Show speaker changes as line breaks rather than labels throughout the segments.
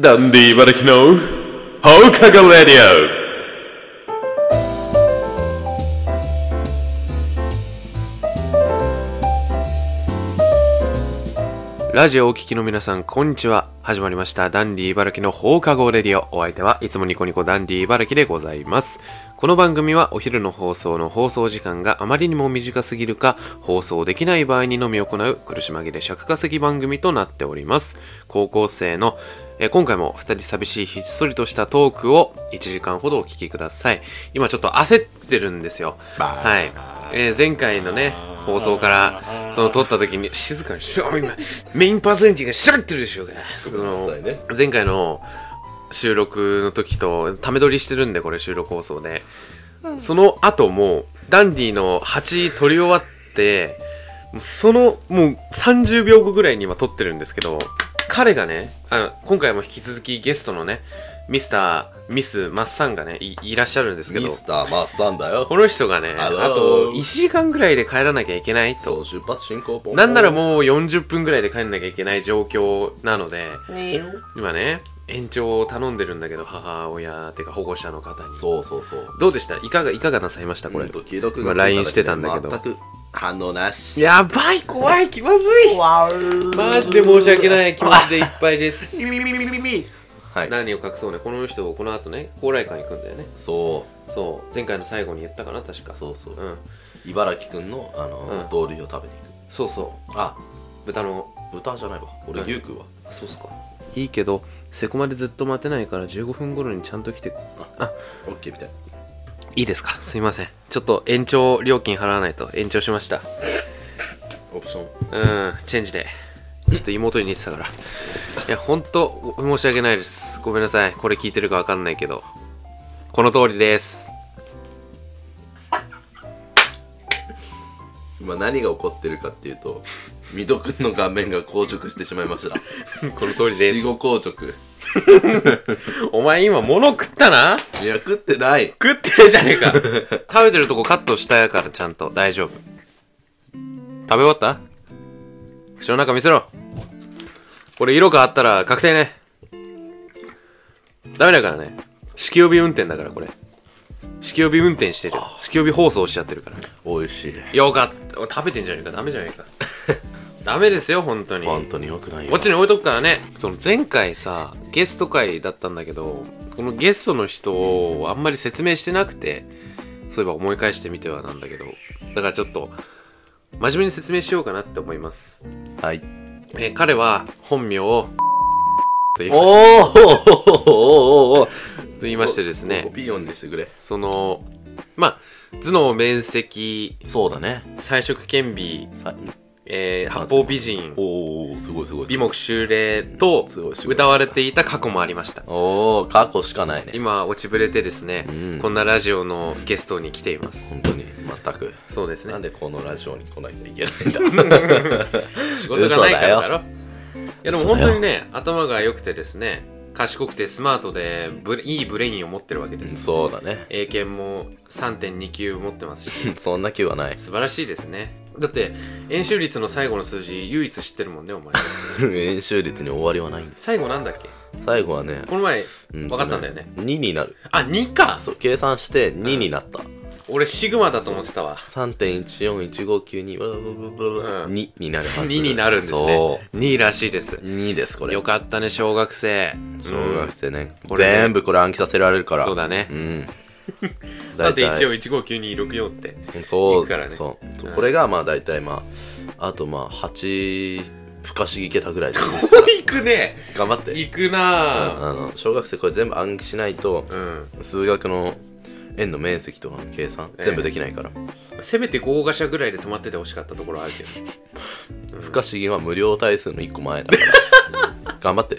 ダンディ茨城の放課後レディオラジオをお聞きの皆さん、こんにちは。始まりました。ダンディ茨城の放課後レディオ。お相手はいつもニコニコダンディ茨城でございます。この番組はお昼の放送の放送時間があまりにも短すぎるか、放送できない場合にのみ行う苦し紛れ尺稼ぎ番組となっております。高校生の、えー今回も二人寂しいひっそりとしたトークを1時間ほどお聞きください。今ちょっと焦ってるんですよ。はい。えー前回のね、放送から、その撮った時に、静かにしろ、今、メインパーソナリティが喋ってるでしょうが。その
そうだよね、
前回の収録の時と、ため撮りしてるんで、これ収録放送で。その後も、ダンディの8撮り終わって、もうその、もう30秒後ぐらいに今撮ってるんですけど、彼がね、あの、今回も引き続きゲストのね、ミスター、ミス、マッサンがね、いいらっしゃるんですけど
ミ、スターマッサンだよ
この人がね、
あの
あと1時間ぐらいで帰らなきゃいけない
そ
と。
う出発進行ポン
なんならもう40分ぐらいで帰んなきゃいけない状況なので、
ね
今ね、延長を頼んでるんだけど、母親、てか保護者の方に。
そうそうそう
どうでしたいかが、いかがなさいましたこれ。
と既読
まあ
が
LINE してたんだけど
全く反応なし
やばい、怖い、気まずい。マジで申し訳ない 気持ちでいっぱい です。
はい
何を隠そうね、この人、この後ね、高麗館行くんだよね。
そ
そう、前回の最後に言ったかな、確か。
うそうそう、
うん。
茨城くんのあの、
うん
同類を食べに
そうそ
行くあ
う、豚の、
豚じゃないわ俺
うん
牛食うわ
そうっすか。いいけど、セコまでずっと待てないから15分頃にちゃんと来て。あ、
オッケーみたい
いいですかすいません。ちょっと延長料金払わないと延長しました。
オプション
うん、チェンジで。ちょっと妹に似てたから。いや、ほんと、申し訳ないです。ごめんなさい。これ聞いてるかわかんないけど。この通りです。
今何が起こってるかっていうと水戸くんの顔面が硬直してしまいました
この通りで
死
す。
後硬直
お前今物食ったない
や食ってない
食ってるじゃねえ か。食べてるとこカットしたやからちゃんと。大丈夫。食べ終わった口の中見せろ。これ色変わったら確定ね。ダメだからね。酒気帯び運転だからこれ。酒気帯び運転してるよ。酒気帯び放送しちゃってるから。
美味しい
よかった。食べてんじゃねえか。ダメじゃねえか。 ダメですよ、本当に。
本当に良くないよ
こっちに置いとくからね。その前回さ、ゲスト会だったんだけど、このゲストの人をあんまり説明してなくて、そういえば思い返してみてはなんだけど、だからちょっと、真面目に説明しようかなって思います。
はい
えー彼は本名を、 と言い
おー
まし
おーおーおーおーお
と言いましてですね、
ピーヨンにしてくれ
その、まあ、頭脳面積、
そうだね
彩色兼備、
さ
えー八方美人、
おーおーすごいすごい
美目修麗と
すごいすごい
歌われていた過去もありました。
おお過去しかないね
今落ちぶれてですね、
うん
こんなラジオのゲストに来ています
本当に全く
そうです
なん
ね
でこのラジオに来ないといけないんだ
仕事がないから
嘘だ
だろいやでも
嘘だ
本
よ
当にね頭が良くてですね賢くてスマートでブレいいブレインを持ってるわけです
そうだね
英検も3.2級持ってますし
そんな気はない
素晴らしいですねだって演習率の最後の数字唯一知ってるもん ねお前
演習率に終わりはないんです
最後なんだっけ
最後はね
この前分かったんだよね
2になる
あ2か
そう計算して2になった、
俺シグマだと思ってたわ
3.14159ブルブルブルブル
うん
2になるはず
2になるんですね2らしいです
そう2ですこれ
よかったね小学生
小学生ね、
これね
全部これ暗記させられるから
そうだね
うん
だって
大体
1を159264って
そ
行
う
くからね
そうそう
うん
これがまあ大体まああとまあ8不可思議桁ぐらいで
行くね
頑張って
行くなぁ
あの小学生これ全部暗記しないと
うん
数学の円の面積とかの計算
ええ
全部できないから、
せめて豪華車ぐらいで止まっててほしかったところあるけど
不可思議は無料対数の1個前だから 頑張って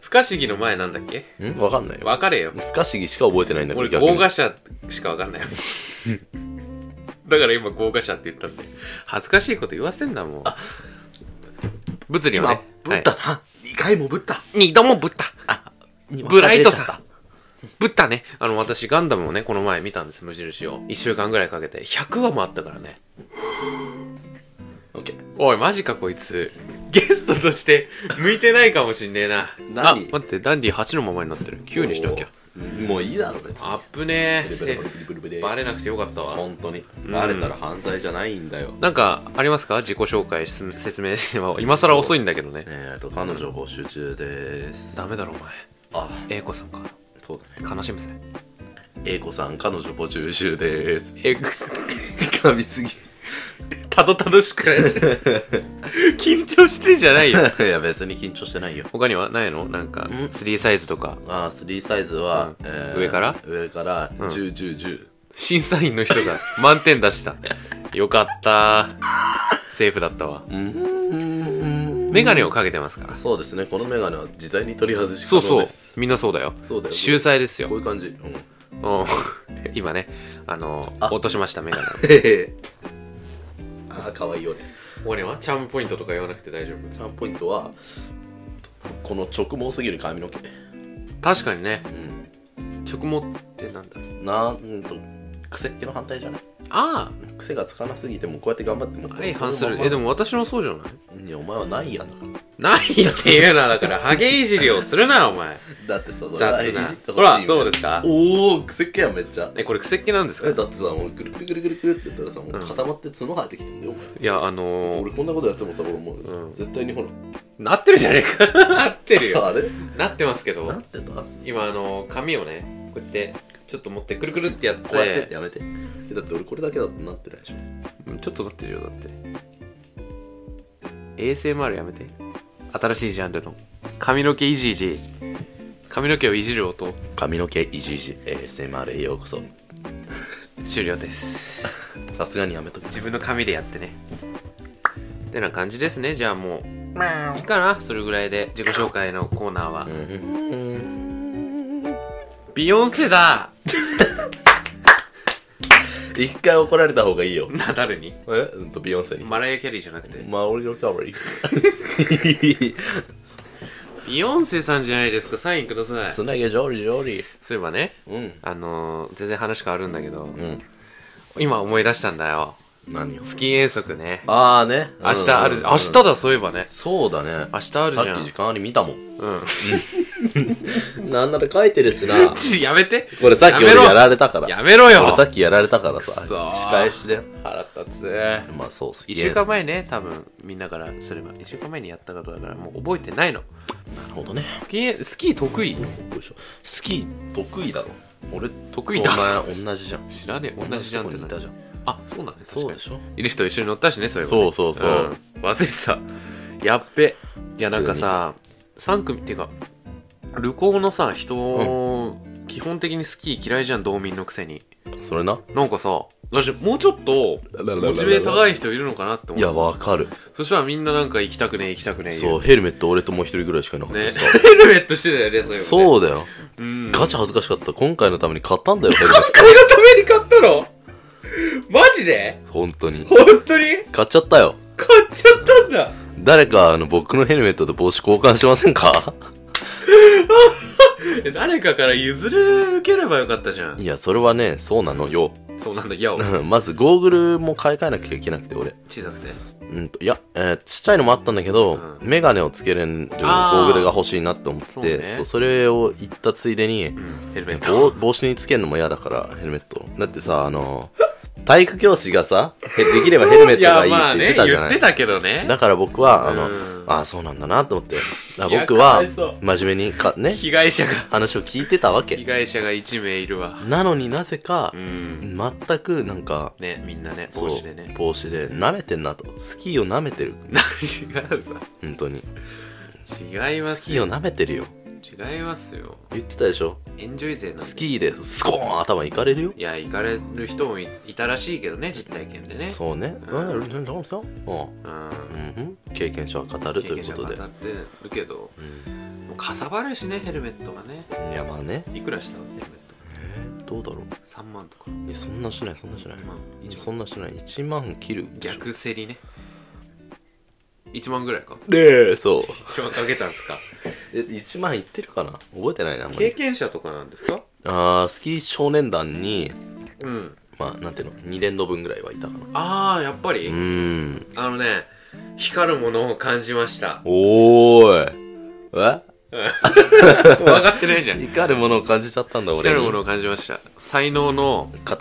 不可思議の前なんだっけ
んわかんないよ
分かれよ
不可思議しか覚えてないんだけど
俺
逆に
豪華車しか分かんないよだから今豪華車って言ったんで恥ずかしいこと言わせんだもん物理
今
はね
ぶったな、二2回もぶった
2度もぶった
今
ブライトさん
外れちゃった
ぶったねあの私ガンダムをねこの前見たんです無印を1週間ぐらいかけて100話もあったからね
オッケー
おいマジかこいつゲストとして 向いてないかもしんねえなあ
何
待ってダンディ8のままになってる9にしなきゃ
もういいだろ別に
アップね
ブ
え
リブリブリブリブリブリ
バレなくてよかったわ
本当にバレたら犯罪じゃないんだよ、ね
なんかありますか自己紹介す説明しては今更遅いんだけどね
えーと彼女募集中です
ダメだろお前
あ
英子さんか
そうだね
悲しむぜ
英子さん彼女募集中です
えぐ
噛みすぎ
たどたどしくない緊張してんじゃないよ
いや別に緊張してないよ
他にはないのなんか
ん
3サイズとか
あー3サイズは、
うん
えー
上から
上から101010、
審査員の人が満点出したよかったセーフだったわ
うーん
メガネをかけてますから
そうですねこのメガネは自在に取り外し可
そう
能
そう
です
みんなそうだよ
そうだよ
秀才です
こう
よ
いう感じうん
うん今ねあの
あ
落としましたメガネを
へへ ああかわいいよね
俺はチャームポイントとか言わなくて大丈夫
チャームポイントはこの直毛すぎる髪の毛
確かにね
うん
直毛ってなんだ
なんと癖っ気の反対じゃない
あ
癖がつかなすぎてもうこうやって頑張っても
あ相反するえでも私もそうじゃない
いやお前はないやんだから
ないっていうなだからハゲいじりをするなお前
だってさそれはいじ
雑
っ
な
て
ほ
しいよ
らどうですか
おお癖っ気やんめっちゃ
えこれ癖っ気なんです
え
か
だってさもうくるくるくるくるくるってやったらさもう固まって角生えてきてんだよ、
いやあのー
俺こんなことやってもさ俺もう、
うん
絶対にほ
なってるじゃねえか なってる
ら
よ
あれ
なってますけ
な
ど
ってたこ
今あの髪をねこうやってちょっと持ってくるくるってやって
うやってってやめてえだって俺これだけだとなってないでしょ
ちょっとなってるよだって ASMR やめて新しいジャンルの髪の毛いじいじ髪の毛をいじる音
髪の毛いじいじ ASMR へようこそ
終了です
さすがにやめとけ
自分の髪でやってねてな感じですねじゃあもういいかなそれぐらいで自己紹介のコーナーは、ビヨンセだ
一回怒られた方がいいよ
な誰に
えうんとビヨンセに
マライア・キャリーじゃなくて
マオリのカバリー
ビヨンセさんじゃないですかサインください
つなげジョリジョリ
そういえばね
うん
あのー全然話変わるんだけど、
うん
今思い出したんだよ
何を
スキー遠足ね
ああね
明日ある、
うんうんうん
明日だそういえばね
そうだね
明日あるじゃん
さっき時間あり見たもん
うん
なんなら書いてる しな
ちょやめて
これさっき俺
やめろ
やられたから
やめろよ
俺さっきやられたからさ
くそー
仕返しだよ
腹立つ
まあそうす
1週間前ね多分みんなからすれば1週間前にやったことだからもう覚えてないの
なるほどね
スキースキー得意
よいしょスキー得意だろ俺
得意だ
お前同じじゃん
知らねえ同じじゃんって
同
な
とこにいたじゃん
あそうなんです
そうでしょ
いる人一緒に乗ったしねそういえば、ね、
そうそうそうん
忘れてたやっべいやなんかさ3組っていうか旅行のさ人、基本的にスキー嫌いじゃん道民のくせに
それな
なんかさ私もうちょっとモチベ高い人いるのかなって思
いや
って
わかる
そしたらみんななんか行きたくねえ行きたくねえ言
そうヘルメット俺ともう一人ぐらいしかいなかっ
ね
たしさ
ヘルメットしてたよねそういえばね
そうだよ
うん
ガチ恥ずかしかった今回のために買ったんだよヘルメッ
今回のために買ったのマジで
ト本当に
本当に
買っちゃったよ
買っちゃったんだ
誰かあの僕のヘルメットと帽子交換しませんか
え誰かから譲り受ければよかったじゃ ん
いやそれはねそうなのよ
そうなんだいや
まずゴーグルも買い替えなきゃいけなくて俺
小さくて
うんといや、えーちっちゃいのもあったんだけど、
うん
メガネをつけれるゴ
あー
ーグルが欲しいなって思って
そ
そうう、
ね
それを言ったついでに、
うんヘルメッ
帽
ト
帽子につけるのも嫌だからヘルメットだってさあの体育教師がさへできればヘルメットがいいって言ってたじゃ
言
な
っ
い
てたけどね
だから僕はあの、
うん
ああそうなんだなと思ってだ
いや
僕
か
は
わいそう
真面目にかね
被害者が
話を聞いてたわ
被
け
害者が1名いるわ
なのになぜか
う、ん
全くなんか
ねみんなね
そう
帽子でね
帽子で舐めてんなとスキーを舐めてる
な違うわ
本当に
違いま
ス
す
キー
よ
を舐めてるよ
違いますよ
言ってたでしょ
エンジョイ勢なんで
スキーでスコーン頭いかれるよ
いや行かれる人もいいたらしいけどね実体験でね
そうねうんうんうんうん
うん
うん経験者は語るということ
経験者
で
語ってるけど
うん
もうかさばるしねヘルメットがね
いやまあね
いくらしたヘルメット
どうだろう
3万とか
えそんなしないそんなしない
まあ一応
そんなしない1万切る
逆競りね1万ぐらいか
でそう
1万かけたんですか
え1万いってるかな覚えてないなあんま
経
り
験者とかなんですか
あースキー少年団に
うん
まあなんていうの2連動分ぐらいはいたかな
ああやっぱり、
うーん
あのね光るものを感じま した。
おーい。え
分かってないじゃん。
光るものを感じちゃったんだ、俺
光
に。
るものを感じました。才能の
塊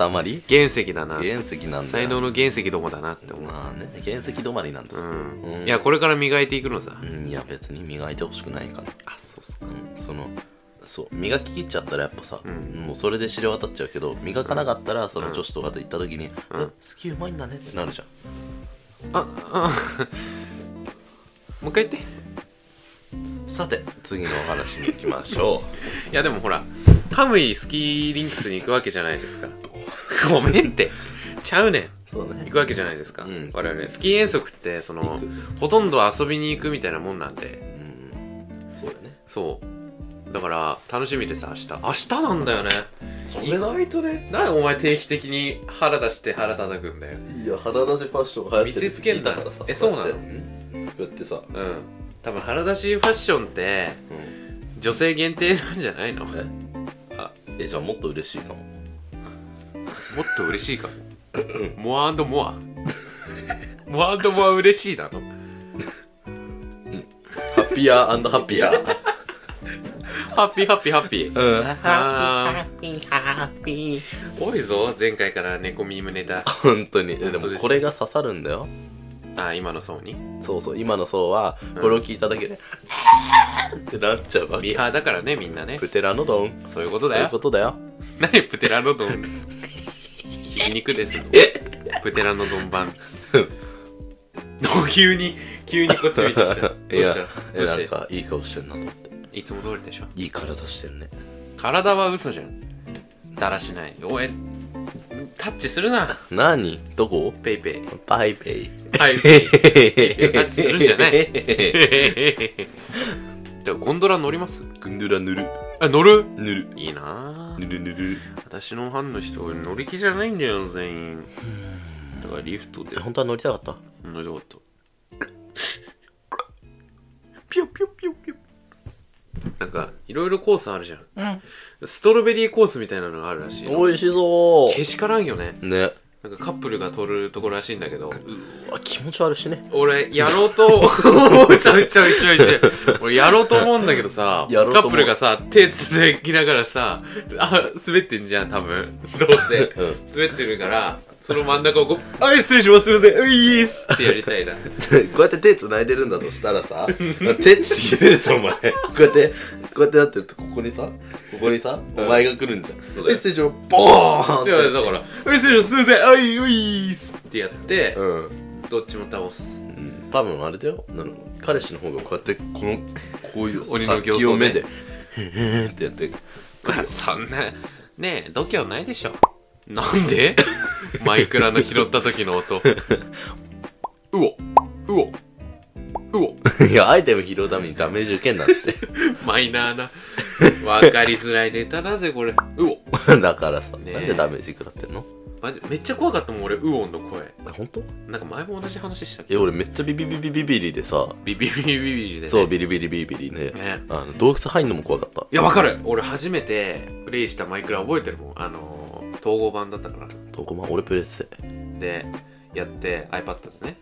原石だな。
原石なんだ。
才能の原石どもだなって思う。
まあね、原石止まりなんだ
う。ん。
うん
いや、これから磨いていくのさ
う。ん、いや、別に磨いてほしくないかな。
あ、そうっすか。
うんそのそう磨き切っちゃったらやっぱさ、
うん
もうそれで知れ渡っちゃうけど磨かなかったらその女子とかと行った時に「
うん
え好きうまいんだね」ってなるじゃん
あ、あ、 もう一回言って。
さて次のお話に行きましょ
いやでもほらカムイスキーリンクスに行くわけじゃないですか ごめんってちゃうねん
うそうだね
行くわけじゃないですか、
うん
我々スキー遠足ってそ
行
の
く
ほとんど遊びに行くみたいなもんなんで
うんそうだね
そうだから楽しみでさ明日明日なんだよね
そ
意外とねなんでお前定期的に腹出して腹叩くんだよ
いや腹出しファッションが
見せつけんな
だからさ
えそうなの
こやってこうやってさ、
うん多分腹出しファッションって
うん
女性限定なんじゃないの もっ
えじゃあもっと嬉しいかも
と嬉しいか もモアモアモアモア嬉しいなの
ハッピーアーハッピーアー
ハッピーハッピーハッピー。
うん
あ
happy, happy.
ー多いぞ、前回から猫ミームネタ。
本当にえで
本当
も
です
これが刺さるんだよ
あー、今の層に。
そうそう今の層は
うん
これを聞いただけで、 ってなっちゃうわけ
ミーハーだからね、みんなね。
プテラノドン
そういうこと
そう
だ
いう
よ
こ。とだよ
何プテラノドン。ひき肉ですよ。プテラノドン版。どう急に、急にこっち見てきた。どう
いや
したど
え
う
なん
し
かいい顔してんなと思って
ていつも通りでしょ。
いい体してんね
体は嘘じゃん。だらしない。おい、タッチするな、
何どこ
ペイペイ。
バイベイ
はい。タッチするんじゃない
い
でゴンドラ乗ります
グンドゥラ塗る
あ、乗る
塗る
いいな
塗
ぁ
る塗る
私のファンの人乗り気じゃないんだよ全員だからリフトで
え本当は乗りたかった
乗りたかったピョピョピョピョなんかいろいろコースあるじゃん、ストロベリーコースみたいなのがあるらしいの
美味しそ
けしからんよね
うね
なんかカップルが撮るところらしいんだけど
うわ気持ち悪いしね
俺やろうとちょいちょいちょいちょい俺やろうと思うんだけどさカ
やろうと思う
ップルがさ手つなぎながらさあ滑ってんじゃん多分どうせ
うん
滑ってるから、その真ん中をこう、あい、失礼します、すいません、ういーすってやりたいな。
でこうやって手繋いでるんだとしたらさ、手ちぎれるぞ、お前。こうやって、こうやってなってると、ここにさ、ここにさ、お前が来るんじゃん。
そうだよ
で、手ちぎれボーンっ
い
て
や、だから、うい、失礼します、すいません、あい、ういーすってやって、
うん。
どっちも倒す。
うん多分あれだよ。あの彼氏の方がこうやって、この、こういう
鬼の形
先を
相ね
目で、へへーってやって、
まあ、 そんな、ねえ、度胸ないでしょ。なんで マイクラの拾った時の音。うお、うお、うお、
いや、アイテム拾うためにダメージ受けんなって。
マイナーな。わかりづらいネタだぜ、これ。うお。
だからさ、
ねえ
なんでダメージ食らってんの
マジめっちゃ怖かったもん、俺、ウオンの声。
あ本当
なんか前も同じ話したっけ
え、俺めっちゃビビビビビビリでさ、
ビビビビビビでね。
そう、ビリビリビリビリね、
ね
あの、洞窟入んのも怖かった。
いや、わかる俺初めてプレイしたマイクラ覚えてるもん。あのー、統合版だったから。
どこま、俺プレステ。
で、やって iPad でね、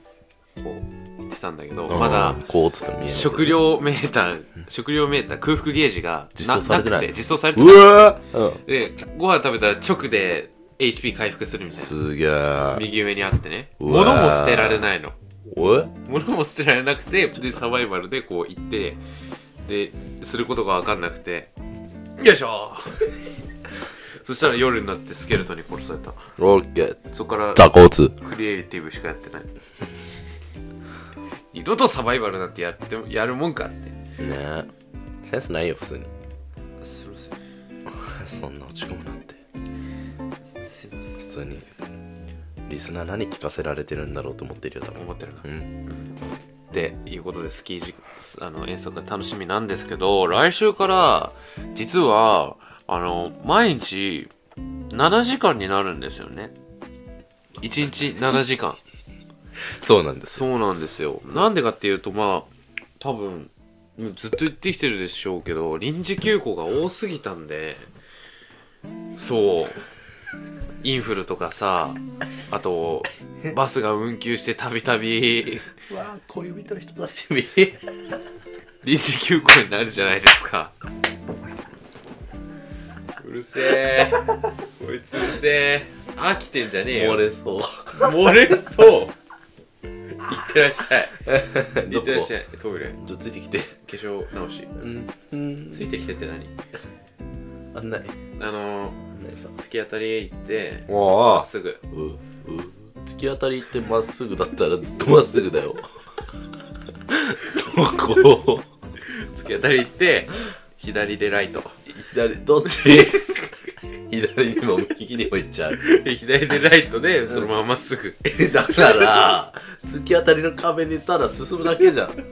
こう、言ってたんだけど、
うん
まだ、
こうっつっても見えない
食量メーター、食量メーター、空腹ゲージが
実装されてない
くて、実装されて
う
ない。
わー、うん、
で、ご飯食べたら直で HP 回復するみたいな。
すげえ
右上にあってね。
うわ
物も捨てられないの。
おい
物も捨てられなくてでサバイバルでこう行ってですることが分かんなくてよい しょそしたら夜になってスケルトンに殺された
ロッケット
そこから
ザコーツ
クリエイティブしかや ってない二度とサバイバルなんてやってやるもんかって
ねえセンスないよ普通に
すいません
そんな落ち込むなんて
すいませ
普通にリスナー何聞かせられてるんだろうと思ってるよ多
ん
分
思ってるな
うん
っていうことでスキーじあの遠足が楽しみなんですけど来週から実はあの毎日7時間になるんですよね1日7時間
そうなんです
そうなんですよなんでかっていうとまあ多分もうずっと言ってきてるでしょうけど臨時休校が多すぎたんでそうインフルとかさあとバスが運休してたびたび
うわあ小指と人差し指
臨時休校になるじゃないですかうるせえこいつうるせえ飽きてんじゃねえよ
漏れ そう
漏れそういってらっしゃいい
ど
っ
こ
てらっしゃいトイレ
ちょっとついてきて
化粧直し
うんうん
ついてきてって何
案内
あの
案内さん
突き当たりへ行って
お
まっすぐ
うう突き当たりってまっすぐだったらずっとまっすぐだよ どこ
突き当たり行って左でラ イト
左どっち左にも右にも行っちゃう
左でライトでそのまままっすぐ
えだから突き当たりの壁にただ進むだけじゃん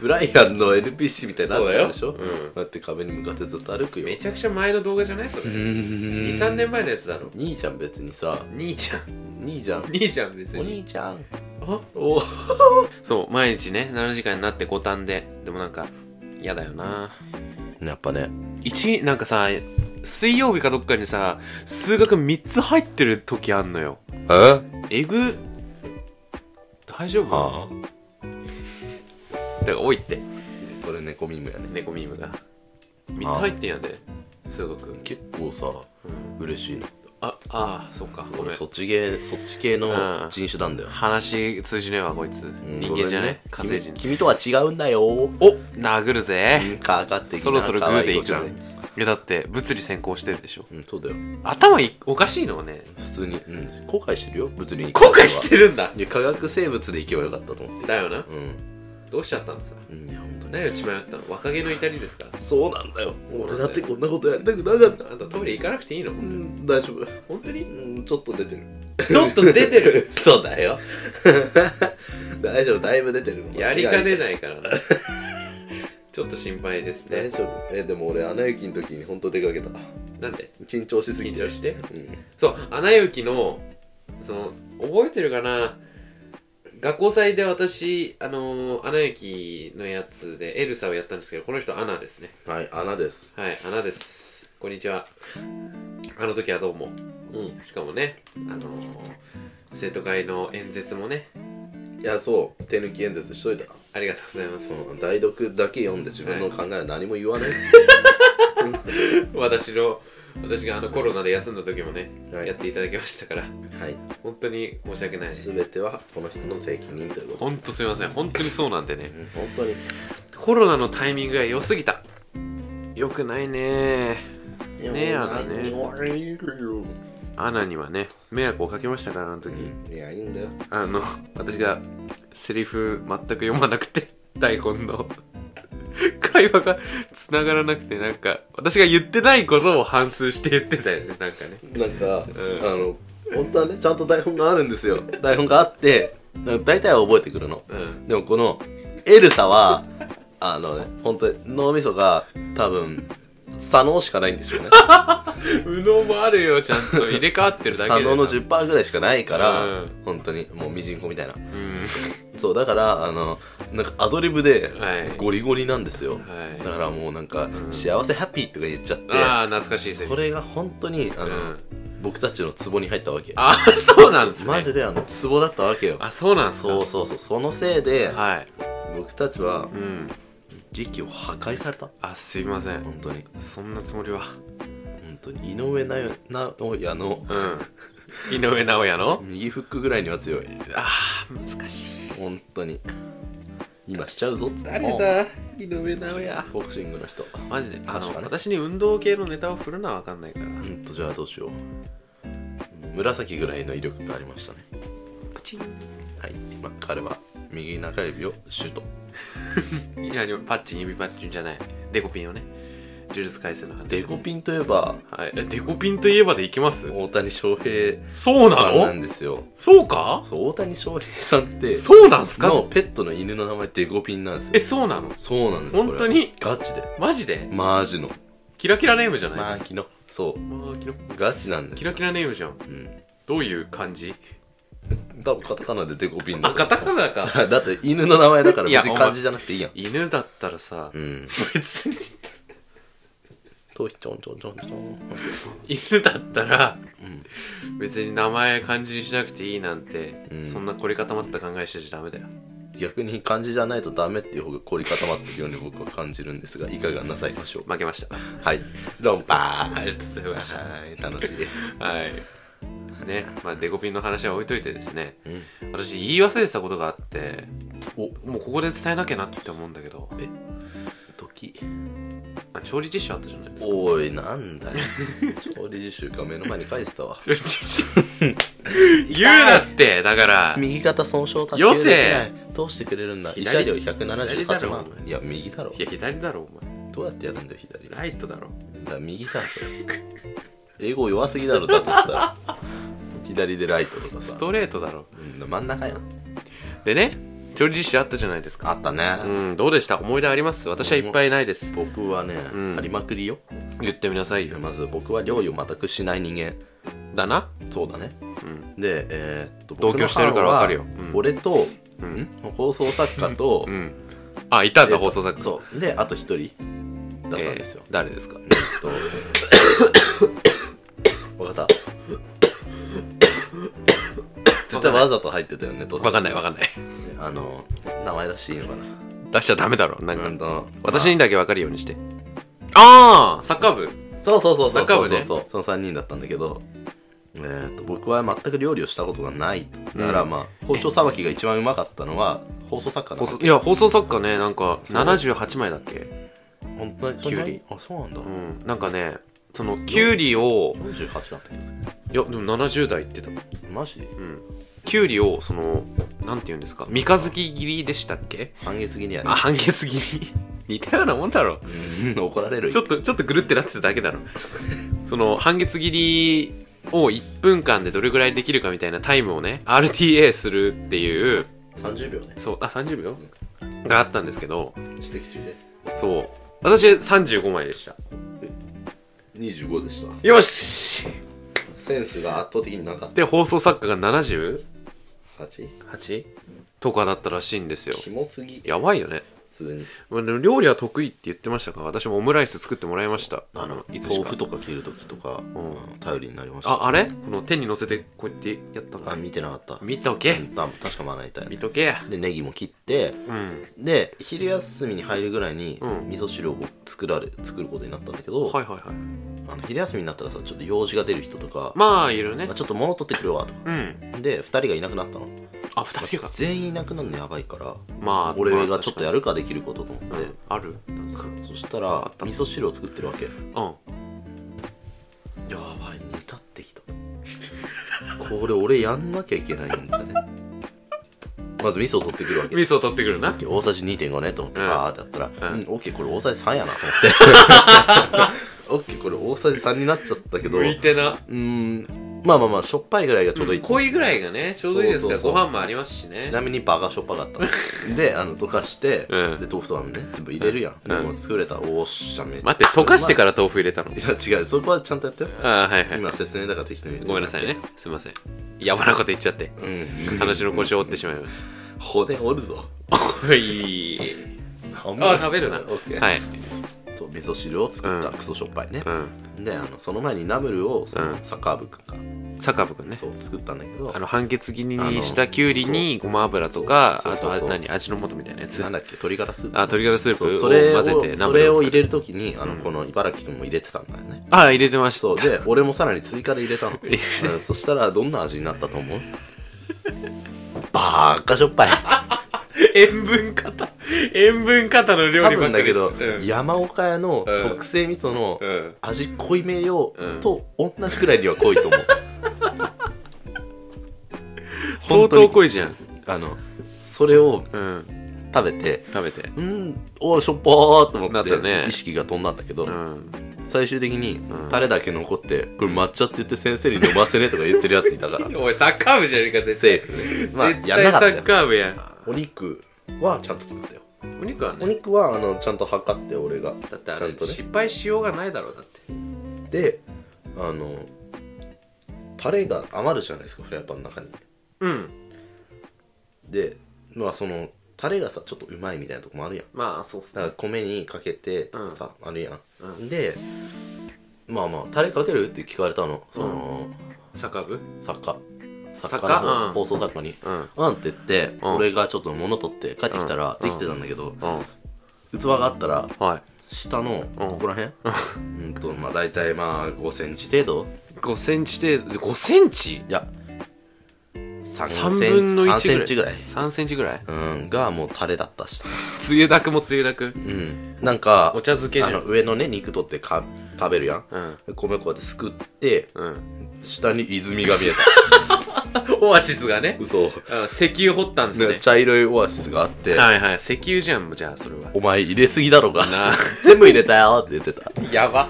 ブライアンの NPC みたいになっちゃうでしょ
そうだようん
だって壁に向かってずっと歩くよ
めちゃくちゃ前の動画じゃないそれ23
23
年前のやつだろ
兄ちゃん別にさ
兄ちゃん
兄ちゃん
兄ちゃん別
お
に
兄ちゃん
あ
お
そう毎日ね7時間になって五反ででもなんか嫌だよな
やっぱね
1なんかさ水曜日かどっかにさ数学3つ入ってる時あんのよ
え
えぐ大丈夫
ああ
だから多いって
これ猫ミムやね
猫ミームが3つ入ってんやで数学
結構さ嬉しいの
ああーそっかご
俺
めん
そっち系そっち系の人種なんだよ
話通じねえわこい
う
つ
ん
人間じゃ
ごめん
ね火星人
君君とは違うんだよお
お殴るぜ
かかってきな
そろそろグ
可
ー
愛
で
い
い
子
く
ち
ぜ
ゃん
いやだって物理専攻してるでしょ
うんそうだよ
頭いおかしいのはね
普通に、うん、後悔してるよ物理に
後悔してるんだ
いや科学生物で行けばよかったと思って
だよな
うん、
どうしちゃったのさ
うん、いや本当ね
何を血迷ったの若気の至りですか
そうなんだよ
そうなんだよ
俺だってこんなことやりたくなかった
あんたトイレ行かなくていいの
うん大丈夫
本当に
うんちょっと出てる
ちょっと出 てる
そうだよ大丈夫だいぶ出てる
やりかね
い
ないからなちょっと心配です
大
ね
丈夫えでも俺アナ雪の時に本当出かけた
なんで
緊張しすぎ
緊
て
張して
うん
そう「アナ雪」のその覚えてるかな学校祭で私あのー「アナ雪」のやつでエルサをやったんですけどこの人アナですね
はい穴です
はいアナですこんにちはあの時はどうも
うん
しかもねあのー生徒会の演説もね
いやそう手抜き演説しといた
ありがとうございます
うん代読だけ読んで自分の考えは何も言わない、
私の私があのコロナで休んだ時もね、
はい
やっていただきましたから
はい
本当に申し訳ない
全てはこの人の責任ということ
本当すいません本当にそうなんでね
うん本当に
コロナのタイミングが良すぎた良くないねねえあだね
言われるよ
アナにはね迷惑をかけましたからあの時、
いやいいんだよ
あの私がセリフ全く読まなくて 台本の会話が繋がらなくてなんか私が言ってないことを反芻して言ってたよねなんかね
なんか、
ん
あの本当はねちゃんと台本があるんですよ台本があってだ大体は覚えてくるの
うん
でもこのエルサはあのね本当に脳みそが多分左脳しかないんで しょうね
右脳もあるよちゃんと入れ替わってるだけ
左
で
脳の10%ぐらいしかないから、
うん
本当にもうミジンコみたいな
うん
そうだからあのなんかアドリブで
はい
ゴリゴリなんですよ、
はい
だからもうなんか、幸せハッピーとか言っちゃって
ああ懐かしいセリ
こ
フ
れが本当にあの、
うん
僕たちの壺に入ったわけ
ああそうなんですね
マジであの壺だったわけよ
あそうなんですか
そうそうそうそのせいで
はい
僕たちは
うん
時期を破壊された
あすいません
本当に
そんなつもりは
本当に井上尚弥の
うん井上尚弥の
右フックぐらいには強い
あー難しい
本当に今しちゃうぞって
井上尚弥
ボクシングの人
マジであの、
確かね
私に運動系のネタを振るのは分かんないから
うんとじゃあどうしよう紫ぐらいの威力がありましたねはい今彼は右中指をシュート
いやでもパッチン指パッチンじゃないデコピンをね呪術廻戦の話
デコピンといえば
はい、えデコピンといえばでいけます
大谷翔平
そうな
さんな
の
んですよ
そうか
そう大谷翔平さんって
そうなんすか
のペットの犬の名前デコピンなんですよ
えそうなの
そうなんですこれ
本当に
ガチで
マジで
マジの
キラキラネームじゃない、
マーキのそ
まあキラ
うガチなんです
キラキラネームじゃん
うん
どういう感じ
多分カタカナでデコピンだ
あ
と
カタカナか
だって犬の名前だから
いや
別に漢字じゃなくていいやん
犬だったらさ
うん
別に
頭皮ちょんちょんちょんちょん。
犬だったら
うん。
別に名前漢字にしなくていいなんて、
うん
そんな凝り固まった考えしてちゃダメだよ
逆に漢字じゃないとダメっていう方が凝り固まってるように僕は感じるんですが、いかがなさいましょうか。
負けました
はい。ロンパ
あ
ー。
りがとうございました
はい、楽しいです。
はいねまあデコピンの話は置いといてですね
うん。
私言い忘れてたことがあって
お、
もうここで伝えなきゃなって思うんだけど、
時。
まあ、調理実習あったじゃないですか
おい、なんだよ。調理実習が目の前に返してたわ。
調理実習言うなってだから
右肩損傷卓
よ
球できな
せ
い。どうしてくれるんだ
左
慰謝料
左だ
178
ろ
万
お。前
いや、右だろ
い。や左だろお前
どうやってやるんだよ、左。だか
ライトだろ
ら右だろ。英語弱すぎだろ、だとしたら。左でライトとか
ス
さ。
トレートだろ
うん、真ん中やん。
でね調理実習あったじゃないですか
あったね。
うんどうでした思い出あります私はいっぱいないです
僕はね、
ん
ありまくりよ
言ってみなさいよ
まず僕は料理を全くしない人間
だな
そうだね
うん
でえーっと
同居してるからわかるよ
僕の班は
うん
俺と、
うん
ん放送作家と、
うんあいたん
えー
だ
っと
放送作家
そうであと一人だったんですよ
え、ー誰ですか
えーっ と分かった絶対わざと入ってたよね父さ
わかんないわかんない
あの名前出していいのかな
出しちゃダメだろなんか
うんと
私にだけ分かるようにしてああサッカー部
そうそうそうそ
サッ
う
カー
そう
部
そ
ね
うその3人だったんだけど、えー、と僕は全く料理をしたことがないとだからまあ、包丁さばきが一番うまかったのは放送作家な
放
んだ
送いや放送作家ねなんか
そう
78枚だっけ
本当にそんな
きゅう
に
り
あそうなんだ、
うんなんかねそのキュウリを
48だった気がする
いやでも70代って言って
マジ
たうんキュウリをそのなんて言うんですか三日月切りでしたっけ
半月切りやね
あ半月切り 似たようなもんだろ
うん 怒られる
ちょ
っ
っとちょっとぐるってなってただけだろその半月切りを1分間でどれぐらいできるかみたいなタイムをね RTA するっていう
と30秒ね
そうあ30秒があったんですけど
指摘中です
そう私35枚でした
25でした
よし
センスが圧倒的になかっ
で放送作家が 78?
た8
とかだったらしいんですよ
キモすぎ
やばいよね
普通に
まあでも料理は得意って言ってましたから私もオムライス作ってもらいました
あの
いつし
豆
か
腐とか切るときとか、
ん
あの頼りになりました
ああれこの手に乗せてこうやってやったの
あ見てなかった
見とけ
うんた確かまな板やね
見とけ
でネギも切って
うん
で昼休みに入るぐらいに
うん
味噌汁を作られ作ることになったんだけど、
はいはいはい
あの昼休みになったらさちょっと用事が出る人とか、
まあいるね
あちょっと物取ってくるわとか
うん
で2人がいなくなったの
あ二人が
全員いなくなるのやばいから
まあ
俺がちょっとやるかできることと思って、
うんある
そした
あ
ら
った
味噌汁を作ってるわけや
うん
ばい煮立ってきたこれ俺やんなきゃいけないんだねまず味噌を取ってくるわけ
味噌を取ってくるな
大さじ2.5ねと思って、
うん
あーってやったら、
う
うんん、オッケーこれ大さじ3やなと思って。 オッケーこれ大さじ3になっちゃったけど、
向いうてな
ーん、まあまあまあ、しょっぱいぐらいがちょうどいい。
濃いぐらいがねちょうどいいですから
そうそ
ご
うそう
飯もありますしね
ちなみにバカしょっぱか った。で、あの、溶かして、
うん
で、豆腐とかもね、全部入れるやん。でも作れたら、おっしゃ、めっちゃ
待って溶かしてから豆腐入れたの
うまいいや、違う、そこはちゃんとやってよ。
ああはいはい
今説明だから適当に言って
ごめんなさいね。すいませんやばなこと言っちゃって
うん。
話の腰を折ってしまいまし
骨折るぞ。
たおいあ食べるな
オッケー。
はい
そう、味噌汁を作った、
うん
クソしょっぱいね
う。ん
で、あの、その前にナムルを、そうの
ん
サッカー部君が、
坂部君ね
そう、作ったんだけど
あ、の半月切りにしたきゅうりにごま油とか
そう
あ
そう
と
そう
あ
そう
何味の素みたいなやつ
なん
あ
だっけ鶏ガラスープ
鶏ガラスープ
そうそれ
を
を
混ぜてナ
そ
ムル
れ
を
を
作
入
る
れる時にあの、この茨城くんも入れてたんだよね
あ入れてました
そうで俺もさらに追加で入れたの、
え
うんそしたらどんな味になったと思うバーカしょっぱい
塩分方 塩分方の 料
多
理ばっ
分だ
かり
けど、
うん
山岡屋の
うん
特製味噌の
うん
味濃いめよ
うん
と同じくらいには濃いと思う
相当濃いじゃん、
あのそれを
うん、
食べて
食べて
うんおいしょっぱーと思
なっ
ったて、
ね
意識が飛んだんだけど、
うん
最終的に
ん
タレだけ残って、これ抹茶って言って先生に飲ませねとか言ってるやついた から
おいサッカー部じゃねえか絶
セ
対
ーフねまあ
絶
やん
対
なか
サ
った
ッ
よ
カー部やん
お肉はちゃんと作ったよ
お肉は
お
ね
肉はあのちゃんと測って俺がち
だって
ゃ
あれ
んとね
失敗しようがないだろうだって
であのタレが余るじゃないですかフライパンの中に
うん
でまあそのタレがさちょっとうまいみたいなとこもあるやん
まあそうっす
だから米にかけて
うん
さ、あるやん、
う
でまあまあタレかけるって聞かれたのその、
酒部
作家作
作
家の
家
方
うん
放送作家に
うん。
「うん」って言って、
うん
俺がちょっと物取って帰ってきたら
うん
できてたんだけど、
うん。
器があったら
はい。
下のここら辺うんとまあ大体まあ5センチ程度
5センチ程度、5センチ
いや3
三
セン
分
チ
の
3
1
センチぐらい
3センチぐらい
うんがもうタレだったし
つゆだくもつゆだく。
うんなんか
お茶漬けじゃ
あ
ん
の上のね肉取ってか食べるやん
うん。
米こうやってすくって
うん。
下に泉が見え た
オアシスがね、
嘘
うん石油掘ったんですね。
茶色いオアシスがあって
はいはい。石油じゃん、じゃあ、それは。
お前入れすぎだろうが
なあ
全部入れたよって言ってた
やば。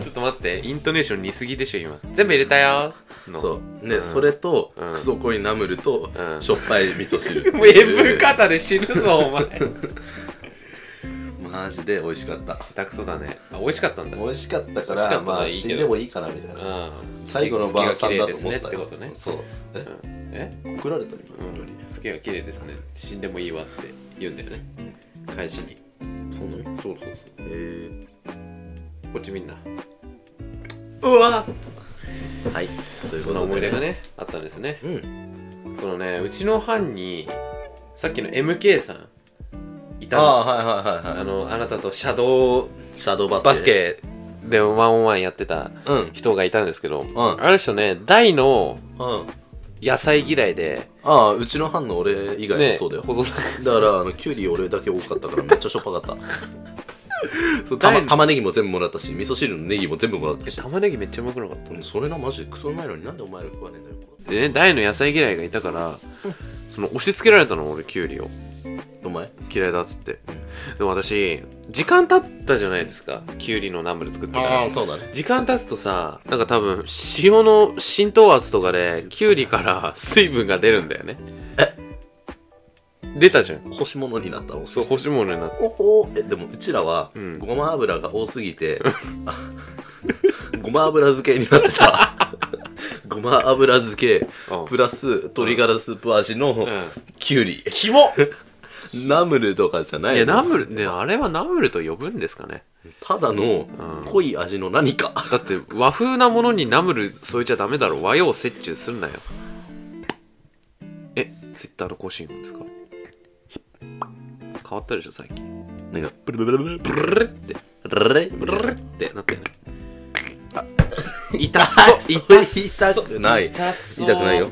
ちょっと待って、イントネーション似すぎでしょ、今。全部入れたよの。
そうね、
うん
それと、
うん
クソ濃いナムルと、
うん
しょっぱい味噌 汁ってい
もう、エブ方で死ぬ ぞ、お前。
マジで美味しかった
下手くそだね。あ、美味しかったんだ。
美味しかったか
美味しかったの
ら
はいいけど
まあ死んでもいいかなみたいな
うん。
最後の晩
月が
餐
綺
だと
麗です
思
ね
っ
って
た
こ
よ
とね。
そうえ
うんえ
怒られた今
うん
より
月が綺麗ですね死んでもいいわって言うんだよね返しに
そんなにそうそうそうえ
こっちみんなうわ
ー、はいということで
そんな思い出がねあったんですね
うん
そのねうちの班にさっきの MK さんい
あ
たん
あ
です
はいはいはい
あ
はい
のあなたとシャドウ
シャドーバスケ
バスケでワンオンワンやってた
うん
人がいたんですけど、
ん
あの人ね大の
うん
野菜嫌いで、
ああうちの班の俺以外も
ね、
そうだよ、
細さ
だからあのキュウリ俺だけ多かったからめっちゃしょっぱ かったた、
大
ま、
の
玉ねぎも全部もらったし味噌汁のネギも全部もらった
え
し
玉ねぎめっちゃうまくなかった
うんそれなマジでクソうまいのになんでお前ら食わねえんだよ
でね大の野菜嫌いがいたから、その押し付けられたの俺キュウリを
お前
嫌いだっつって、でも私時間経ったじゃないですかキュウリのナムル作ってから
そうだね
時間経つとさなんか多分塩の浸透圧とかでキュウリから 水分が出るんだよね出たじゃん
干し物になったの
そう干し物になって
おほーえでもうちらは
うん
ごま油が多すぎて、あごま油漬けになって たごま油漬け
うん
プラス鶏ガラスープ味
う
の
ん
きゅうり
キモ
ナムルとかじゃない
い
の
やナムルねあれはナムルと呼ぶんですかね
ただの
うん
濃い味の何か
だって和風なものにナムル添えちゃダメだろ和洋折衷すんなよえツイッターの更新音ですか変わったでしょ最近
なんかブルブルブルブル
ブルルって
ブルレ
ブ
ブ
ル
ル
ル
レ
ってなったよね痛そう痛
痛
そう
くない
痛そう
痛くないよ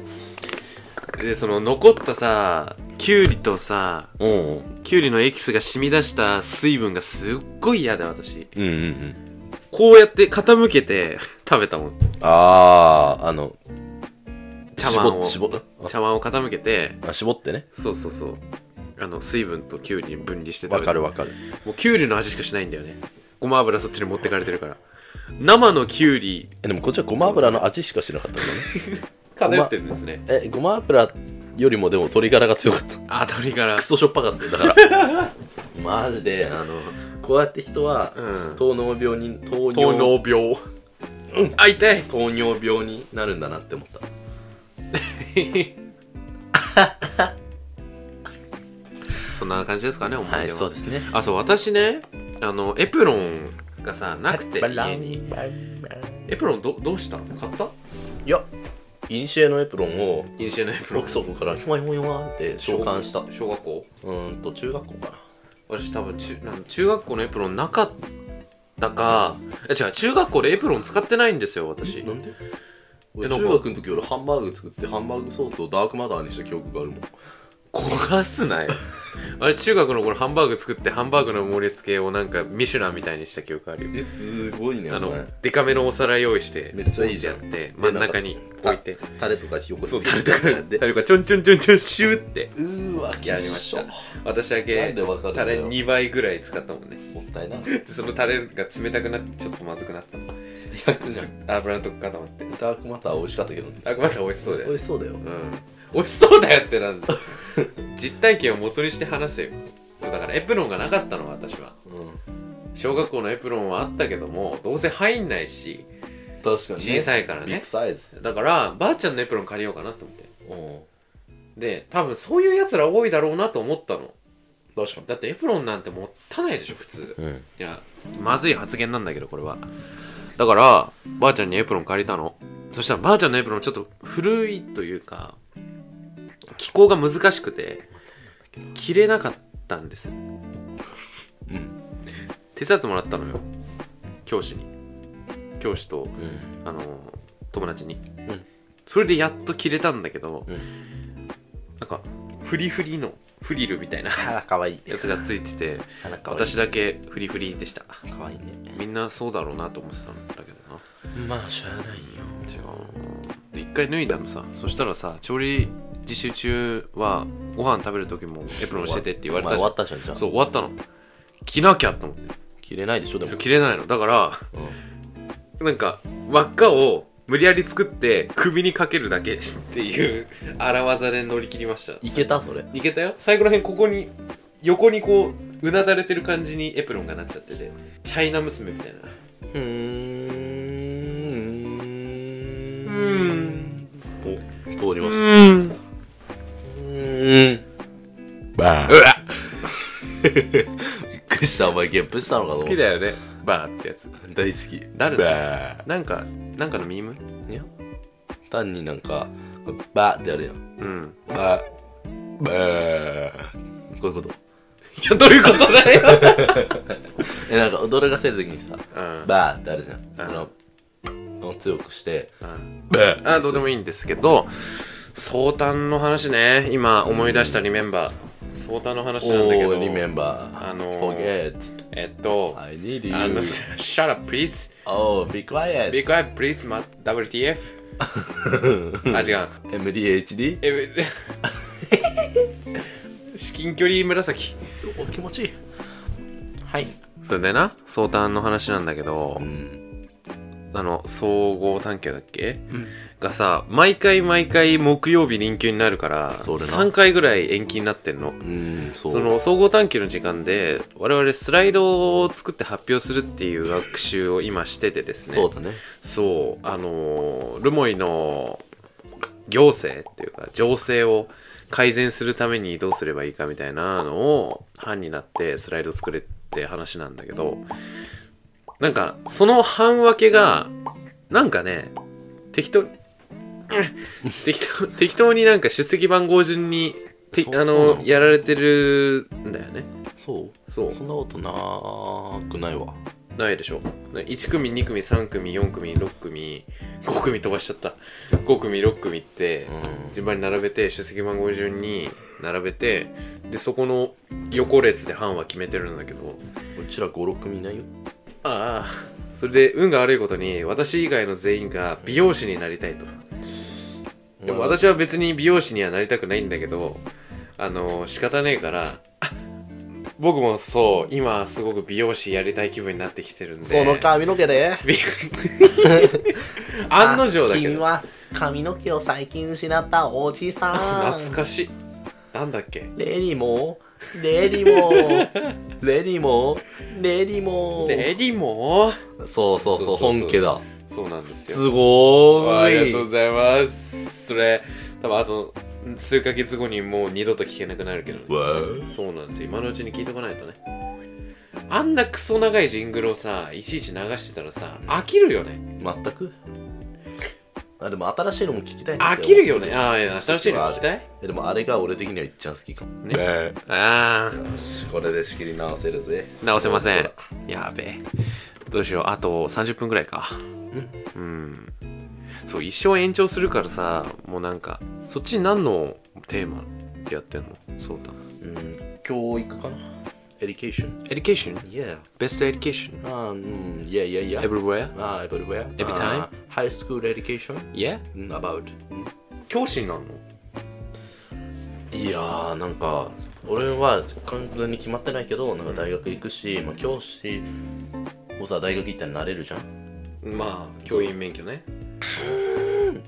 でその残ったさきゅうりとさ
うん
きゅうりのエキスが染み出した水分がすっごい嫌で私
うんうんうん
こうやって傾けて食べたもん
あああの
茶碗を
絞っ絞
茶碗を傾けて
あ絞ってね
そうそうそうあの水分ときゅうりに分離して食べ
わ
て
かるわかる
もうきゅうりの味しかしないんだよねごま油そっちに持ってかれてるから生のきゅうり
えでもこっちはごま油の味しかしなかったんだね
偏ってるんですね
えごま油よりもでも鶏ガラが強かったク
あ鶏から
ソしょっぱかったよだからマジであのこうやって人は、
うん
糖尿病に糖
糖
尿
尿病うんあ痛い
糖尿病になるんだなって思った
そんな感じですかね思い出は、
すね
あそう私ねあのエプロンがさなくて
バラ
家
ン
に
バランバラン
エプロンどどうした買った
いやインシエのエプロンを
イニシエのエプロ
ロ
ン
クソコからひょわひょわひょわって召喚したう
小学校
ーんと中学校か
私多分中なん中学校のエプロンなかったかえ違う中学校でエプロン使ってないんですよ私
ななんで俺
えなん
中
か
学の時俺ハンバーグ作ってハンバーグソースをダークマターにした記憶があるもん
焦がすなよ あれ中学の頃ハンバーグ作ってハンバーグの盛り付けをなんかミシュランみたいにした記憶あるよ
えすごいね
あ
お
の
前
デカめのお皿用意して
めっちゃいいじゃん
ポンってやって真ん中に置いて
タレとか横
そう
に
タルタ
やっ
ル
て
タルがちょんちょんちょんちょんシューって
うーわ
やりました私だ
な
け
んでわかるん
タ
だ
レ
よ
2倍ぐらい使ったもんね
もったいな
でそのタレが冷たくなってちょっとまずくなったの
最悪じゃん
油のとこ固まって
ダークマター美味しかったけどね
あごめんなさい美味しそうだよ
美味しそうだよ
うん美味しそうだよってなんだ実体験を元にして話せよそうだからエプロンがなかったの私は
うん
小学校のエプロンはあったけどもどうせ入んないし
確かにね
小さいから
ビッ
ね
グサイズ
だからばあちゃんのエプロン借りようかなと思って
うん
で多分そういうやつら多いだろうなと思ったの
確か
だってエプロンなんてもったいないでしょ普通
にうん
いやまずい発言なんだけどこれはだからばあちゃんにエプロン借りたのそしたらばあちゃんのエプロンちょっと古いというか気候が難しくて着れなかったんです
うん
手伝ってもらったのよ教師に教師とあの友達に、
ん
それでやっと着れたんだけど、
うん
なんかフリフリのフリルみたいな
腹かわいい
やつがついてて
腹かわいい
私だけフリフリでした
かわいいね
みんなそうだろうなと思ってたんだけどな
まあしゃあないよ
違うで一回脱いだのさそしたらさ調理実習中はご飯食べる時もエプロンしててって言われ
お
た
前終
じゃ
わ
ん
ったじゃんじゃあ
そう終わったの着なきゃと思って
切れないでしょでも
そう着れないのだからなんか輪っかを無理やり作って首にかけるだけっていう荒技で乗り切りました
いけたそれ
いけたよ最後らへんここに横にこううなだれてる感じにエプロンがなっちゃっててチャイナ娘みたいな
ふーん
うん
お通りました
ん
うーんバー
うわ
びっくりしたお前ゲップしたのかと
好
思
き
う
だよねバーってやつ
大好き
誰だ
バー
なんかなんかのミーム
いや単になんかバーってやるやん
うん
バーバーこういうこと
いやどういうことだよ
えなんか驚かせるときにさ
うん
バーってあるじゃんあのを強くして
うん
バー
あどうでもいいんですけど相談の話ね今思い出したリメンバー相談の話なんだけ
お
ど
ーリメンバー
あのー
forget
えっと
I need
あの
you
Shut up please
Oh be
Big
quiet
up please ma- WTF あ違う
MDHD
え 至近距離紫
お気持ちいいはい
それでな相談の話なんだけど
うん
あの総合探検だっけ
うん
がさ毎回毎回木曜日臨休になるから
それな
3回ぐらい延期になってんの
うんそう
その総合探求の時間で我々スライドを作って発表するっていう学習を今しててですね
そうだね
そうあのールモイの行政っていうか情勢を改善するためにどうすればいいかみたいなのを班になってスライド作れって話なんだけどなんかその班分けがなんかね適当に 適当適当になんか出席番号順にて
そう
あ
そうな
の
の
やられてるんだよね
そう
そう
そんなことなーくないわ
ないでしょ1組2組3組4組6組5組飛ばしちゃった5組6組って
う
順番に並べて出席番号順に並べてでそこの横列で班は決めてるんだけど
んうちら56組いないよ
ああそれで運が悪いことに私以外の全員が美容師になりたいとでも私は別に美容師にはなりたくないんだけどあの仕方ねえからあ僕もそう今すごく美容師やりたい気分になってきてるんで
その髪の毛で
ビ 案の定だけ
君
ど
は髪の毛を最近失ったおじさん
懐かしいなんだっけ
レディもレディも レディもレディも
レディも
そうそうそう
そうそうそう
本家だ
そうなんですよ
すご
ありがとうご
ーい
ざいますそれ多分あと数ヶ月後にもう二度と聞けなくなるけど、ね、
わー
そうなんですよ今のうちに聞いてこないとねあんなクソ長いジングルをさいちいち流してたらさ飽きるよね
全くあでも新しいのも聞きたいんですよ
飽きるよねああいや新しいの聞きたい
えでもあれが俺的には一番好きかも
ね
ね
ああ
よしこれで仕切り直せるぜ
直せません
本
やべえどうしようあと30分ぐらいかうん、そう一生延長するからさもうなんかそっち何のテーマでやってんのそうだ
当だうん教育かなエディケーション
エデュケーション
Yeah
ベストエデュケーション
あーうん Yeah yeah yeah
everywhere
あー everywhere
Every time?
あー High school education
yeah
mm, about
教師になるの
いやーなんか俺は完全に決まってないけどなんか大学行くし、まあ、教師をさ大学行ったらなれるじゃん
まあ教員免許ね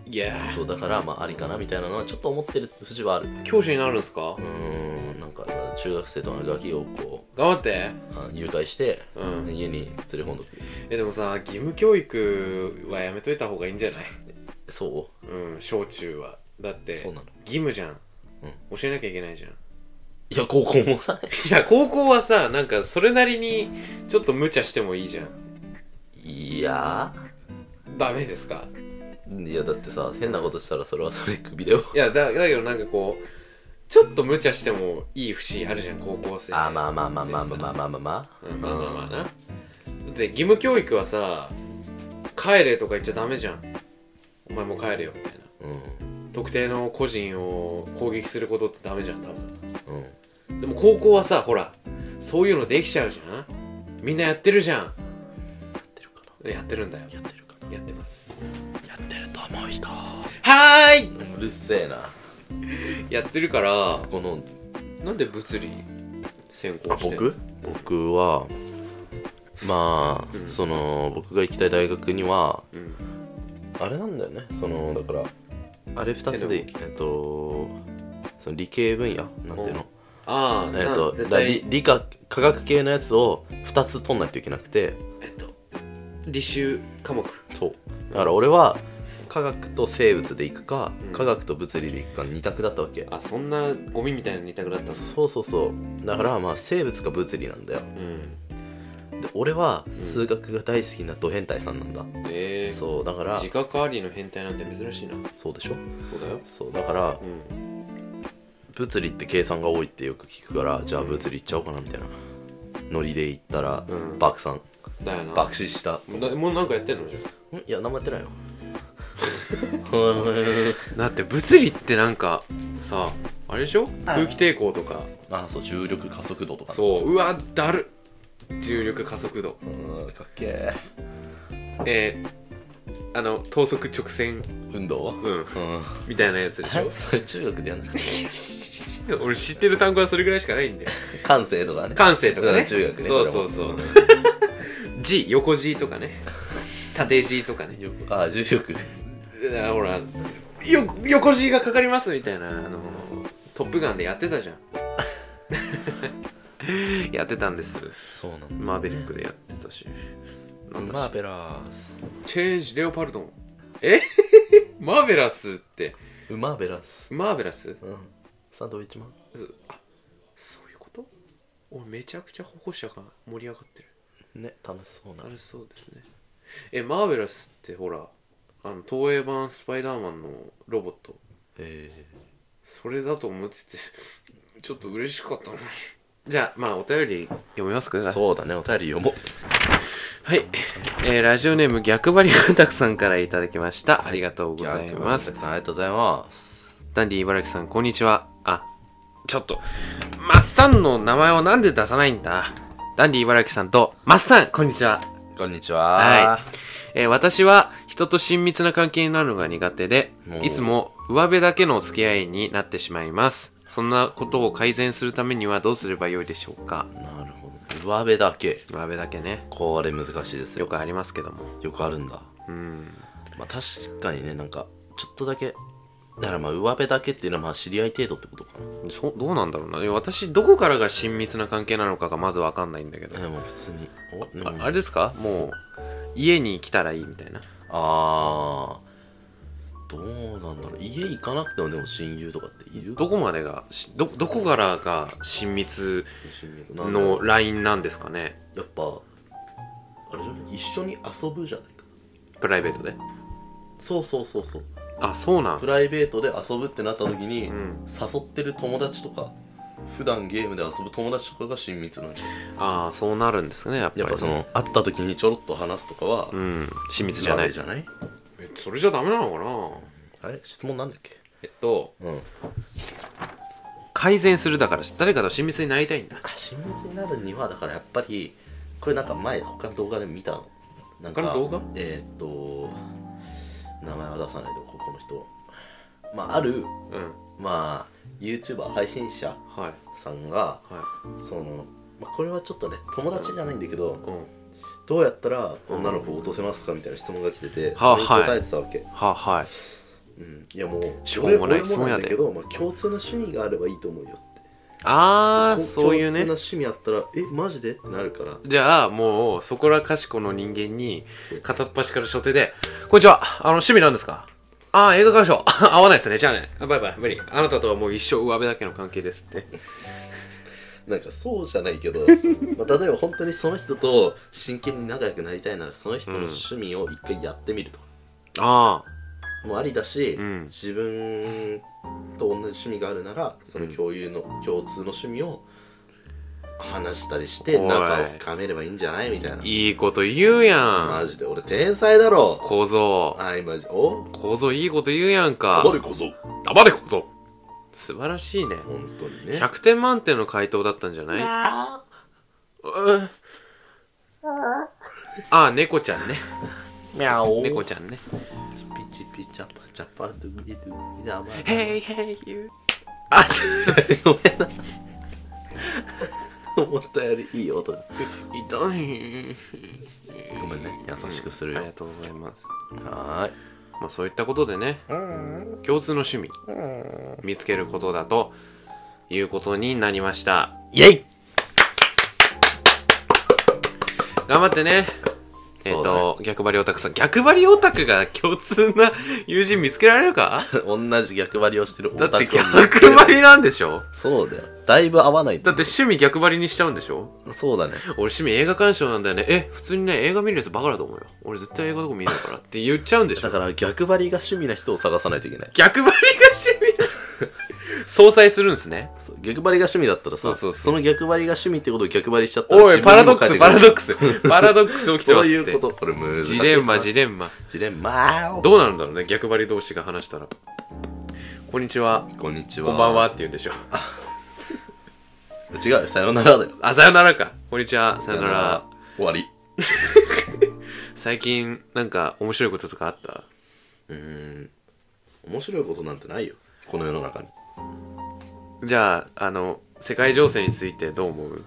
Yeah
そうだからまあありかなみたいなのはちょっと思ってる節はある
教師になるんすか
うーんなんか中学生とのガキをこう
頑張って
あ誘拐して、
うん
家に連れ込んどく
えでもさ義務教育はやめといた方がいいんじゃない
そ
うん小中はだって
そうなの
義務じゃん、
う
教えなきゃいけないじゃ ん
ういや高校もさ
いや高校はさなんかそれなりにちょっと無茶してもいいじゃん
いいや
ダメですか
ーいやだってさ変なことしたらそれはそれでクビ だよ
いやだだけどなんかこうちょっと無茶してもいい節あるじゃん高校生
あーまあまあまあまあまあまあまあまあまあ
うんまあまあまあなだって義務教育はさ帰れとか言っちゃダメじゃんお前もう帰れよみたいな
うん
特定の個人を攻撃することってダメじゃん多分
うん
でも高校はさほらそういうのできちゃうじゃんみんなやってるじ
や
ゃ
ってるか
んやってるんだよ
なやってるか
やってます
なやってると思う人
はーいう
るせえな
やってるから
この
なんで物理専攻
あ
してんの
僕僕はまあ、
うん
その僕が行きたい大学には
うん
あれなんだよねそのだからあれ2つで
手
えっとその理系分野なんていうの
ああ
えっと
絶
だ
対
理理科科学系のやつを2つ取んないといけなくて
えっと履修科目
そうだから俺は科学と生物で行くか、
うん
科学と物理で行くか2択だったわけ
あそんなゴミみたいな二択だったの
そうそうそうだからまあ生物か物理なんだよ
うん
で俺は数学が大好きなド変態さんなんだ、
ええ
そうだから
自覚ありの変態なんて珍しいな
そうでしょ
そうだよ
そうだから
うん
物理って計算が多いってよく聞くからじゃあ物理行っちゃおうかなみたいなノリで行ったら、
うん
爆散
だよな
爆死したん
なもうなんかやってんのじゃん
いや何もやって ないよ
だって物理ってなんかさあれでしょ空気抵抗とか
あそう重力加速度とか
そううわだる重力加速度
うーんかっけえ
えー、あの等速直線
運動
うん
うん
みたいなやつでしょ
あそれ中学でやんなかっ
俺知ってる単語はそれぐらいしかないんだよ
た感性とかね
感性とか
う
ね
ん中学ね
そうそうそう G 横 G とかね縦 G とかね
よあ重力
だからほらよ横 G がかかりますみたいなあのトップガンでやってたじ ゃんやってたんです
そうなんだ
マーベリックでやってたしなんだし
マーベラース
チェンジレオパルドンえ マーベラスって
うマーベラース
マーベラス
うんサンドウィッチマン
あそういうことおいめちゃくちゃ保護者が盛り上がってる
ね楽しそうな
楽しそうですねえマーベラスってほらあの東映版スパイダーマンのロボット
え
それだと思って てちょっと嬉しかったなじゃあまあお便り読みますか
ー、そうだねお便り読もう
はい、えーラジオネーム逆張りがたくさんからいただきましたありがとうございます
ありがとうございます
ダンディ茨城さん、こんにちは。あ、ちょっと、マッサンの名前をなんで出さないんだダンディ茨城さんと、マッサン、こんにちは。
こんにちは
はえー私は人と親密な関係になるのが苦手で
お、ー
いつも上辺だけのお付き合いになってしまいます。そんなことを改善するためにはどうすればよいでしょうか
なるほど上辺だけ
上辺だけね、
これ難しいですよ
よくありますけども。
よくあるんだ
うん。
まあ確かにねなんかちょっとだけだからまあ上辺だけっていうのはまあ知り合い程度ってことか
そどうなんだろうな。いや私、どこからが親密な関係なのかがまずわかんないんだけど
な。でも普通におでも
ああれですかもう、家に来たらいいみたいな。
あーどうなんだろう家行かなくてもでも親友とかっている
どこまでがしどどこからが親密
親友なんだろ
のラインなんですかね
うやっぱあれじゃない一緒に遊ぶじゃないか
プライベートで
そうそうそうそう
あそうな
プ
ん
ライベートで遊ぶってなった時に、
うん
誘ってる友達とか普段ゲームで遊ぶ友達とかが親密なんじゃない
ああそうなるんですねやっぱり
や
ね、
っぱその会った時にちょろっと話すとかは
うん親密じゃ
上
な
辺
い
じゃない
えそれじゃダメなのかな
あれ質問なんだっけ
えっと
うん
改善するだから誰かと親密になりたいんだ
あ親密になるにはだからやっぱりこれなんか前他の動画で見たのなんか
他の動画
えーっと名前は出さないとここの人まあある
うん
まあ YouTuber 配信者
はい
さんが
は
その、まあ、これはちょっとね友達じゃないんだけど、
いうん
どうやったら女の子を落とせますかみたいな質問が来てて、
はあ
それに答えてたわけ、
ははい
うん、いやもう
しょうもない
俺俺
質問
な
や
んだ
で
けど、まあ、共通の趣味があればいいと思うよって
ああ
こ
そういうね
共通の趣味あったらえマジでってなるから
じゃあもうそこらかしこの人間に片っ端から初手で「こんにちはあの趣味なんですか?」「ああ映画鑑賞 合わないですねじゃあねあバイバイ無理あなたとはもう一生上辺だけの関係です」って
なんかそうじゃない けど、まあ、例えば本当にその人と真剣に仲良くなりたいならその人の趣味を一回やってみると、
ああ
もうありだし、
うん
自分と同じ趣味があるならその共有の、共通の趣味を話したりして
おい
仲を深めればいいんじゃないみたいない
いこと言うやん
マジで俺天才だろ
小僧
はいマジお
小僧いいこと言うやんか
黙れこそ
黙れ小僧素晴らしいね
本当にね
100点満点の回答だったんじゃない
あ
うんああ猫ちゃんね
ーミャオ
猫ちゃんね
ピチピチャパチャパドゥビドゥビダバ
ヘイヘイユ
あちょっとごめんな思ったよりいい音だ
ー痛い
ごめんね優しくするよ
ありがとうございます
はーい
まあそういったことでね
うん
共通の趣味見つけることだということになりました
イェイ
頑張ってねえっ、
そうだね
と、逆張りオタクさん逆張りオタクが共通な友人見つけられ るか
同じ逆張りをしてるオ
だっ
タ
て
クを
逆張りなんでしょ
そうだよだいぶ合わない
だって趣味逆張りにしちゃうんでしょ
そうだね
俺趣味映画鑑賞なんだよねえ普通にね映画見るやつバカだと思うよ俺絶対映画とか見ないからって言っちゃうんでし
だ
ょ
から逆張りが趣味な人を探さないといけない
逆張りが趣味相殺するんですね
そう逆張りが趣味だったらさ
そうそうそう
の逆張りが趣味ってことを逆張りしちゃったら
おいパラドックスパラドッ
ク
クス パラドックス起きてま
そう
すっ
い
て
うことこれ難しい
ジレンマジレンマ
ジレンマ
どうなるんだろうね逆張り同士が話したらこんにちは
こんにちは
こんばんはって言うんでしょ
違うよさよならだよ
あさよならかこんにちはさよなら
終わり
最近なんか面白いこととかあった
うーん面白いことなんてないよこの世の中に
じゃああの世界情勢についてどう思う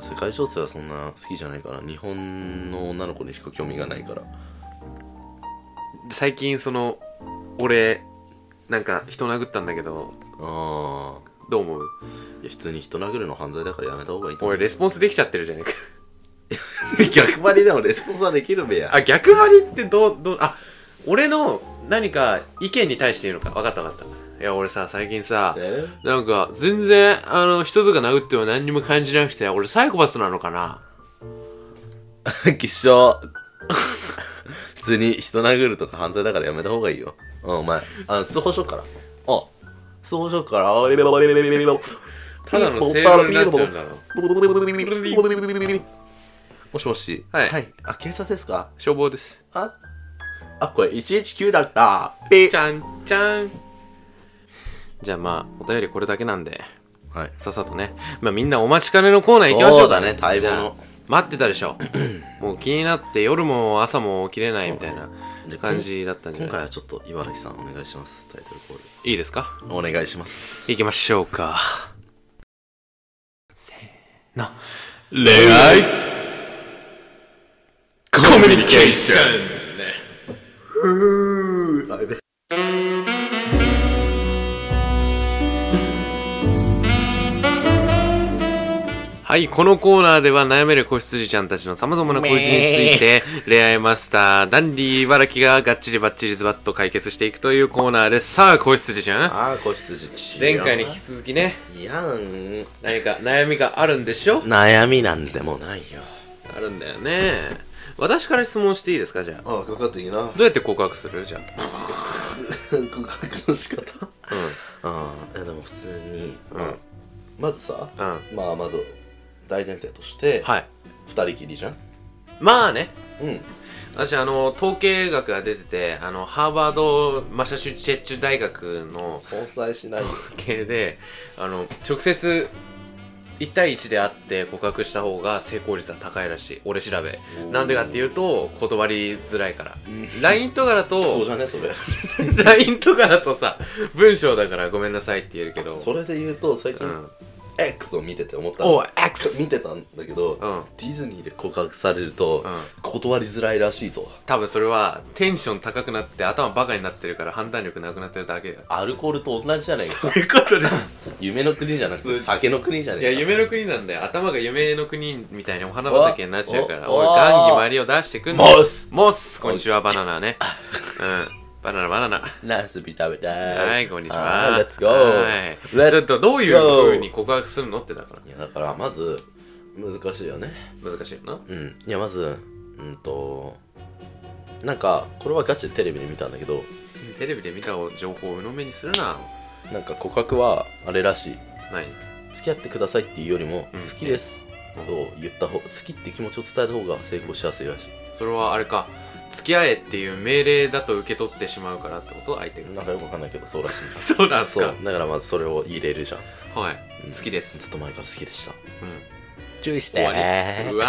あー世界情勢はそんな好きじゃないから日本の女の子にしか興味がないから
最近その俺なんか人殴ったんだけど
あ
どう思う
あいや普通に人殴るの犯罪だからやめた方がいいと思
俺レスポンスできちゃってるじゃねえか
う逆張りでもレスポンスはできるべや
あ逆張りってどうどうあ俺の何か意見に対して言うのか分かった分かったいや俺さ最近さ
え
なんか全然あの人とか殴っても何にも感じなくて俺サイコパスなのかな
気象普通に人殴るとか犯罪だからやめた方がいいようんお前あの通報しよっからあ通報しよっからあれればれれれれれれ
ただの正論になっちゃうんだろ
もしもし
はい
あ警察ですか
消防です
ああこれ119だったピ
ちゃんちゃんじゃあまあお便りこれだけなんで
はい
さっさとね、まあ、みんなお待ちかねのコーナー行きましょうか
そうだね待望の
じゃあ待ってたで しょもう気になって夜も朝も起きれないみたいな
じゃあ
感じだったんじゃ
今回
ない
はちょっと茨城さんお願いしますタイトルコール
いいですか
お願いします
行きましょうかせーの恋愛コミュニケーションね
あやべ
はい、このコーナーでは悩める子羊ちゃんたちの様々な恋事について、恋愛マスター、ダンディ茨城ががっちりバッチリズバッと解決していくというコーナーです。さあ、子羊ちゃん。
ああ子羊ち
前回に引き続きね、
いやん
何か悩みがあるんでしょ
悩みなんでもないよ
あるんだよね。私から質問していいですか、じゃあ。
ああかかっていい な
どうやって告白するじゃあ。
告白の仕方
う
ああいやでも普通に、
ん
まあまずさ、
う
まあまず大前提として、
ん。はい。
二人きりじゃん
まあね。
うん
私、あの、統計学が出てて、あの、ハーバード・マサチューチェッチュ大学の
存在しないよ
系であの直接1対1で会って告白した方が成功率は高いらしい俺調べなんでかっていうと断りづらいから LINE とか だ
そう
と
じゃねそれ
LINE とかだとさ文章だからごめんなさいって言えるけど
それで言うと最近、
うん
X を見てて思った
おう X
見てたんだけど、
うん
ディズニーで告白されると、
うん
断りづらいらしいぞ
多分それはテンション高くなって頭バカになってるから判断力なくなってるだけだよ
アルコールと同じじゃないか
そういうことです
夢の国じゃなくて酒の国じゃね
い
えか
や夢の国なんだよ頭が夢の国みたいにお花畑になっちゃうから
おお
俺ガンギマリを出してくんの
モス
モスこんにちはバナナねうんバナナバナナ。
ナスビ食べたい。
はい、こんにち
あ
は。
ーレッツゴ
はい
ー。
だってどういう風に告白するのってだから
いや、だから、まず、難しいよね。
難しいよな。
うん。いや、まず、うんと、なんか、これはガチでテレビで見たんだけど、
テレビで見た情報を鵜呑みにするな。
なんか告白は、あれらしい。
ない。
付き合ってくださいっていうよりも、
うん
好きです。
うん
と言った方好きって気持ちを伝えた方が成功しやすいらし
それはあれか、付き合えっていう命令だと受け取ってしまうからってこと相手
い
が。
なんかよくわかんないけどそうらしい
そうなんす
そ
か
う。だからまずそれを入れるじゃん、
はい
うん。
好きで
ず
す。
っと前から好きでした
うん。
注意し
終わり。うわ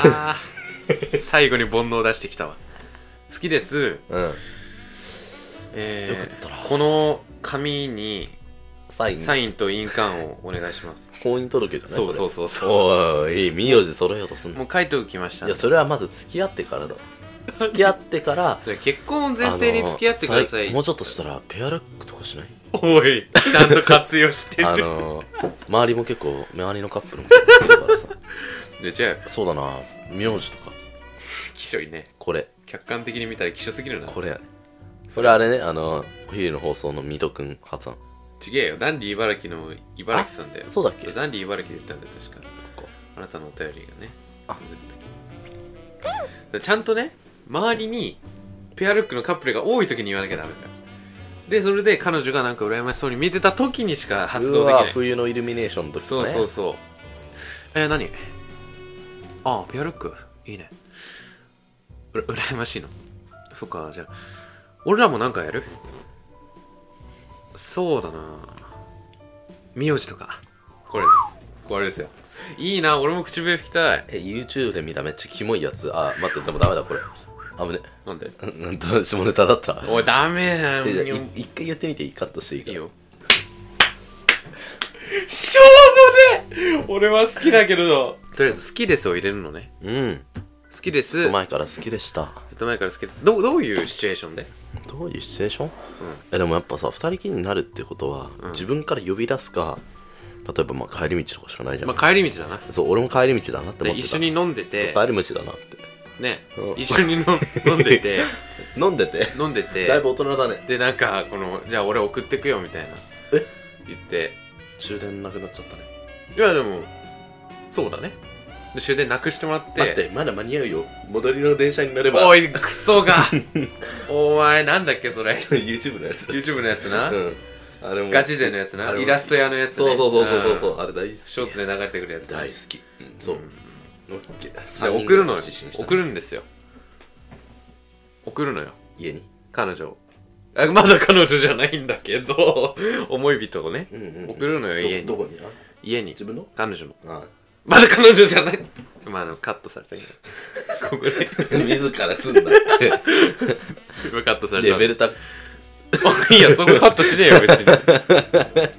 ー最後に煩悩出してきたわ。好きです。
うん
えー
よかったら
この紙に
サイン
サインと印鑑をお願い します。
婚姻届じゃない
そうそう
そ
そう
れ
そ
おい名字揃えようとすん
う。
な
もう書いておきました
い
ね
や。それはまず付き合って からだ付き合ってから
で結婚を前提に付き合ってくださ
あの
い。
もうちょっとしたらペアルックとかしない
おい、ちゃんと活用して
あ
る。
の周りも結構周りのカップルも結構いるからさ
で、じゃあ、
そうだな名字とか
きしょいね。
これ
客観的に見たらきしょすぎるな。
これやねそれあれねあのお昼の放送の水戸くん発案
ちげえよ。ダンディ茨城の茨城さんだよ。
そうだっけ
ダンディ茨城で言ったんだよ、確か。
そっか
あなたのお便りがね。
あ
でちゃんとね、周りにペアルックのカップルが多い時に言わなきゃダメだよ。で、それで彼女がなんか羨ましそうに見てた時にしか発動でき
うわ
ない。
冬のイルミネーションの時ね
そうそうそう。えー、何ああ、ペアルック。いいね。うら、羨ましいの。そっか、じゃあ、俺らもなんかやるそうだな名字とか。これです。これですよ。いいな、俺も口笛吹きたい。
え YouTube で見ためっちゃキモいやつあ待ってでもダメだこれ危ね
なんで
うんうんと下ネタだった
おい、ダメだよ。
えじゃあい
い
一回やってみていいカットしていいか
い
ら
よ。しょうもね俺は好きだけれど。とりあえず、好きですを入れるのね。
うん
好きです。
前から好きでした
ずっと前から好きどうどういうシチュエーションで
どういうシチュエーション、えでもやっぱさ二人きりになるってことは、自分から呼び出すか例えばまあ帰り道とかしかないじゃん、
まあ帰り道だな
そう俺も帰り道だなって思
で
ってた
一緒に飲んで
そう
て
帰り道だなって
ね
うん
一緒に飲 ん飲んでて
飲んでて
飲んでて
だいぶ大人だね
でなんかこのじゃあ俺送ってくよみたいな
え
言って
終電なくなっちゃったね
いやでもそうだねで終電なくしてもらって
待ってまだ間に合うよ戻りの電車に乗れば
おいクソがお前なんだっけそれ
YouTube のや つ
YouTube のやつな、
うんあれも
ガチ勢のやつ
あ
な
れも
イラスト屋のやつ、ね、
そうそうそうそうそうそううあれ大好き
んショーツで流れてくるやつ
大好きうんそうオッケ
で
ー
送るの
三人ぐらい
よ
指針した
送るんですよ送るのよ
家に
彼女あまだ彼女じゃないんだけど 思い人をね、
うんうんうん
送るのよ家に
どどこにあ
家に
自分の
彼女の
あ
まだ彼女じゃないまああのカットされたけど ここで
自らすんなって
今カットさ れ
レ
た
ベル 高
いやそこカットしねえよ別に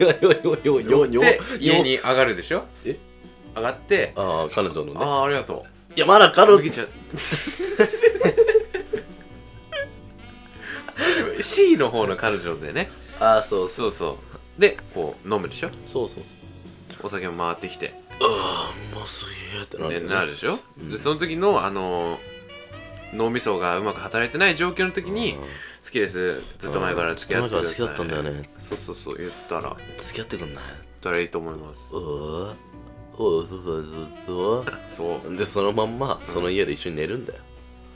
よよ よよよ
で家
よ
に上がるでしょ
え
上がって
ああ彼女のね
ああありがと
いやまだ彼女
う 麦ちゃん C の方の彼女でね
ああそうそう
そうそうでこう飲むでしょ
そうそう
お酒も回ってきて
ああうますげえってな
ね
る
な
る
るでしょ、
うん
でその時のあのー脳みそがうまく働いてない状況の時に
うん
「好きですずっと前から付き合ってください」
ずっと前から好きだったんだよね
そうそうそう言ったら
付き合ってくんない
たらいいと思います
うわうわうわうわうわ
そう
でそのまんまその家で一緒に寝るんだよ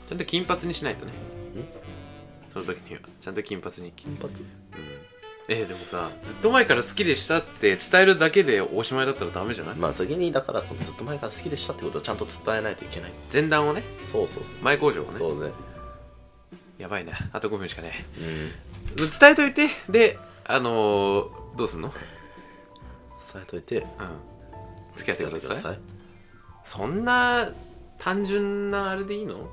ちゃんと金髪にしないとねその時にはちゃんと金髪に
金髪
えー、でもさずっと前から好きでしたって伝えるだけでおしまいだったらダメじゃない
まあ先にだからそのずっと前から好きでしたってことをちゃんと伝えないといけない
前段をね
そうそうそう
前工場をね
そうね
やばいねあと5分しかね
うん
伝えといてであのー、どうすんの
伝えといて
うん付き合ってください
付き合っ
そんな単純なあれでいいの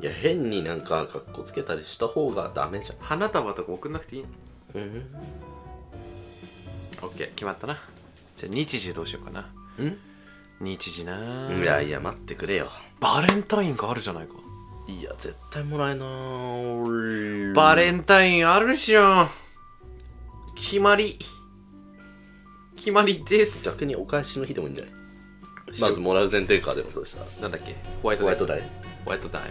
いや変になんか格好つけたりした方がダメじ
花束とか送んなくていいの
ゃんうん
オッケー決まったなじゃあ日時どうしようかな日時な
うんいやいや待ってくれよ
バレンタインがあるじゃないか
いや絶対もらえなー
バレンタインあるじゃん決まり決まりです
逆にお返しの日でもいいんじゃないまずもらう前提かでもそうしたら
なんだっけホワイト
ホワ
ダイ
イトダイ
ホワイトダイ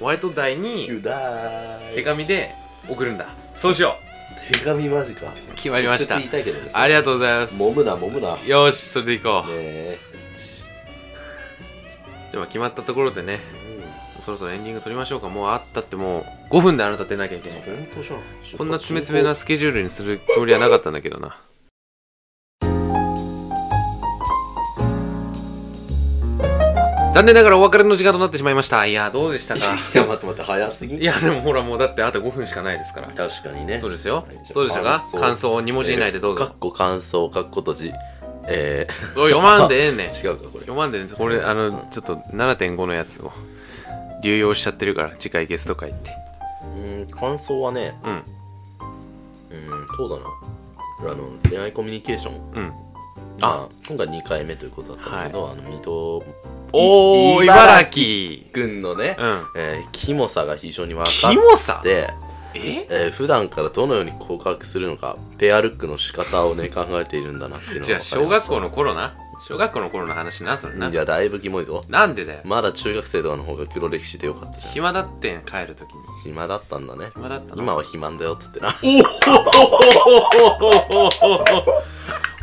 ホワイトダイに
ダ
手紙で送るんだそうしよ
手紙マジか
う決まりました
直接言いたいけどね
ありがとうございます
揉むな揉むなね
よしそれでいこう、
え
では決まったところでね
うん
そろそろエンディング取りましょうかもうあったってもう5分であなた出なきゃいけない
本当じゃん
こんな詰め詰めなスケジュールにするつもりはなかったんだけどな残念ながらお別れの時間となってしまいましたいやどうでしたか
いや待って待って早すぎ
いやでもほらもうだってあと5分しかないですから
確かにね
そうですよ
はいじゃあ
どうでしたか
感想
感想を2文字以内でどう
えーか
ぞ
っこ感想かっこ閉じえ
お読まんでええねん
ー違うかこれ
読まんでねこれあのちょっと7.5のやつを流用しちゃってるから次回ゲスト会って
うん感想はね
うん
うんそうだなあの恋愛コミュニケーション
うん
あ今回2回目ということだったんだけど、あの水戸
おー
い茨
茨城
君のね、
うん
えーキモさが非常に分か
キモさ
って、
え
えー普段からどのように告白するのかペアルックの仕方をね考えているんだなっていうのが
じゃあ小学校
の
の頃な小学校の頃の話なそれない
やだいぶキモいぞ
なんでだよ
まだ中学生とかの方が黒歴史でよかったじゃん
暇だってん帰るときに
暇だったんだね
暇だったの
今は肥満だよっつってな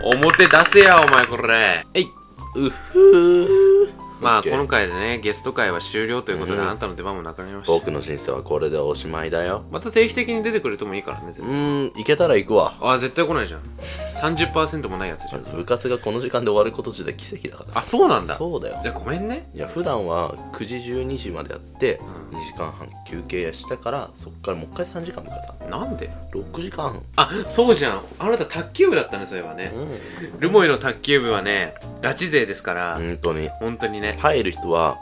表出せやお前これえいう
っふー
まあ
OK
この回でねゲスト会は終了ということで
うん
あんたの出番もなくなりました
僕の人生はこれでおしまいだよ
また定期的に出てくれてもいいからね絶
う
対
ーん行けたら行くわ
あ絶対来ないじゃん30%もないやつじゃん
部活がこの時間で終わること自体奇跡だから
あそうなんだ
そうだよ
じゃあごめんね
いや普段は9時12時までやって
う
2時間半休憩したからそっからもう一回3時間とかさ
なんで
6時間半
あそうじゃんあなた卓球部だったねそういえばね
う
ルモイの卓球部はねガチ勢ですから、
ん本当に
本当にね
入る人は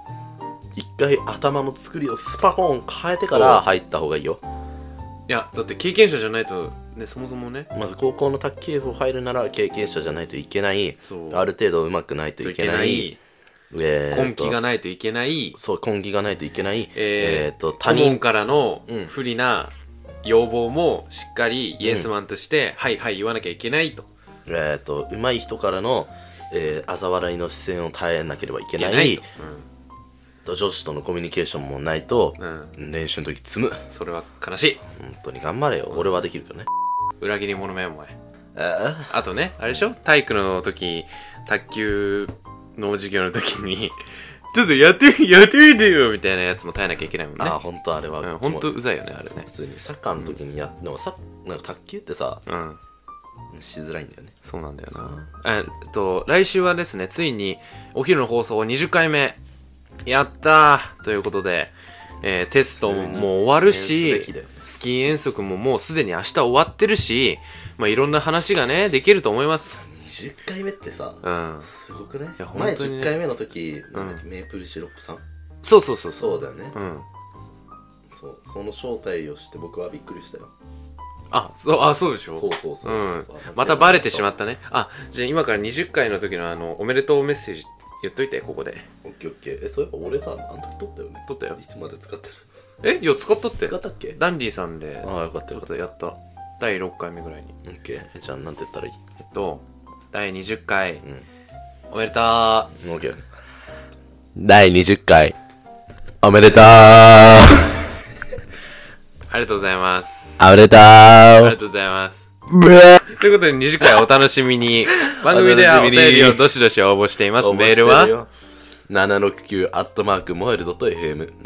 一回頭の作りをスパコーン変えてから入った方がいいよ
いやだって経験者じゃないとねそもそもね
まず高校の卓球部入るなら経験者じゃないといけない
そう
ある程度上手くないといけないえー
根
っと
気がないといけない
そう根気がないといけない
えー
えーっと他
他人
人
からの
うん
不利な要望もしっかりイエスマンとして、はいはい言わなきゃいけないと
えーっと上手い人からのえー嘲笑いの視線を耐えなければいけ
いけ
な
ない
い
と、
女子とのコミュニケーションもないと
うんうん、
練習の時積む
それは悲しい
本当に頑張れよ俺はできるけどね
裏切り者めお前
えー
あとねあれでしょ体育の時卓球の授業の時に ちょっとやってみやってみてよみたいなやつも耐えなきゃいけないもんね
ああ本当あれは
うん、
気持
本当うざいよねあれね
普通にサッカーの時にやでもさなんか卓球ってさ
うん
しづらいんだよね
そうなんだよなえっと来週はですねついにお昼の放送20回目やったーということで、えーテストももう終わる
記念
し
すべきだよね
スキー遠足ももうすでに明日終わってるし、まあ、いろんな話がねできると思います
20回目ってさ
うん
すごくね
や本
前
当にね
10回目の時なんだっけ
う
メープルシロップさん
そうそうそうそう
そうだよね
うん
そうその正体を知って僕はびっくりしたよ
あそうあそうでしょ
そうそうそううんそう
またバレてしまったねあじゃあ今から20回の時のあのおめでとうメッセージ言っといてここで
オッケーオッケーえそういえば俺さあの時撮ったよね
撮ったよ
いつまで使ってる
えいや使ったって
使ったっけ
ダンディさんで
ああよかった
ちょ
よ
っ
か
と
った
やった第6回目ぐらいに
オッケーえじゃあなんて言ったらいい
えっと第20回
うん
おめでとう
オッケー第20回おめでとう
ありがとうございます
おめでと
ありが
う
とうございます
ブレ
ということで20回お楽しみ に番組ではお
お楽
便
しみに
りをどしどし応募していますメールは
769アットマークモエルドット FM769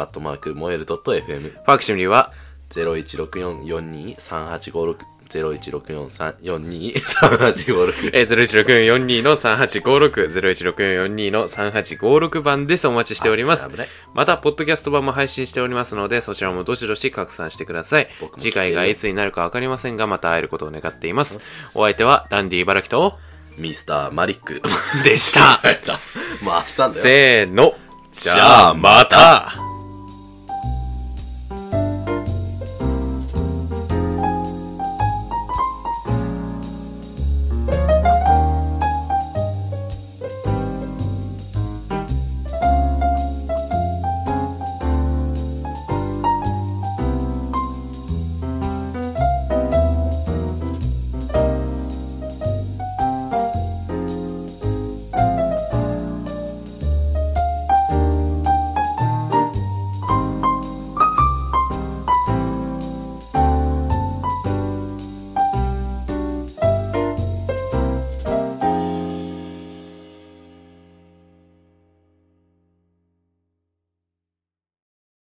アットマークモエルドット FM
ファクシミリは
0164423856 0164423856
えー、016442の3856、016442の3856番です。お待ちしております
あ危ない。
また、ポッドキャスト版も配信しておりますので、そちらもどしどし拡散してください
僕。も聞け
次
る
回がいつになるかわかりませんが、また会えることを願っています。お相手は、ダンディ茨城と、
ミスターマリック
でした。
まああっさんだよ
せーの。
じゃあまた
じゃあまた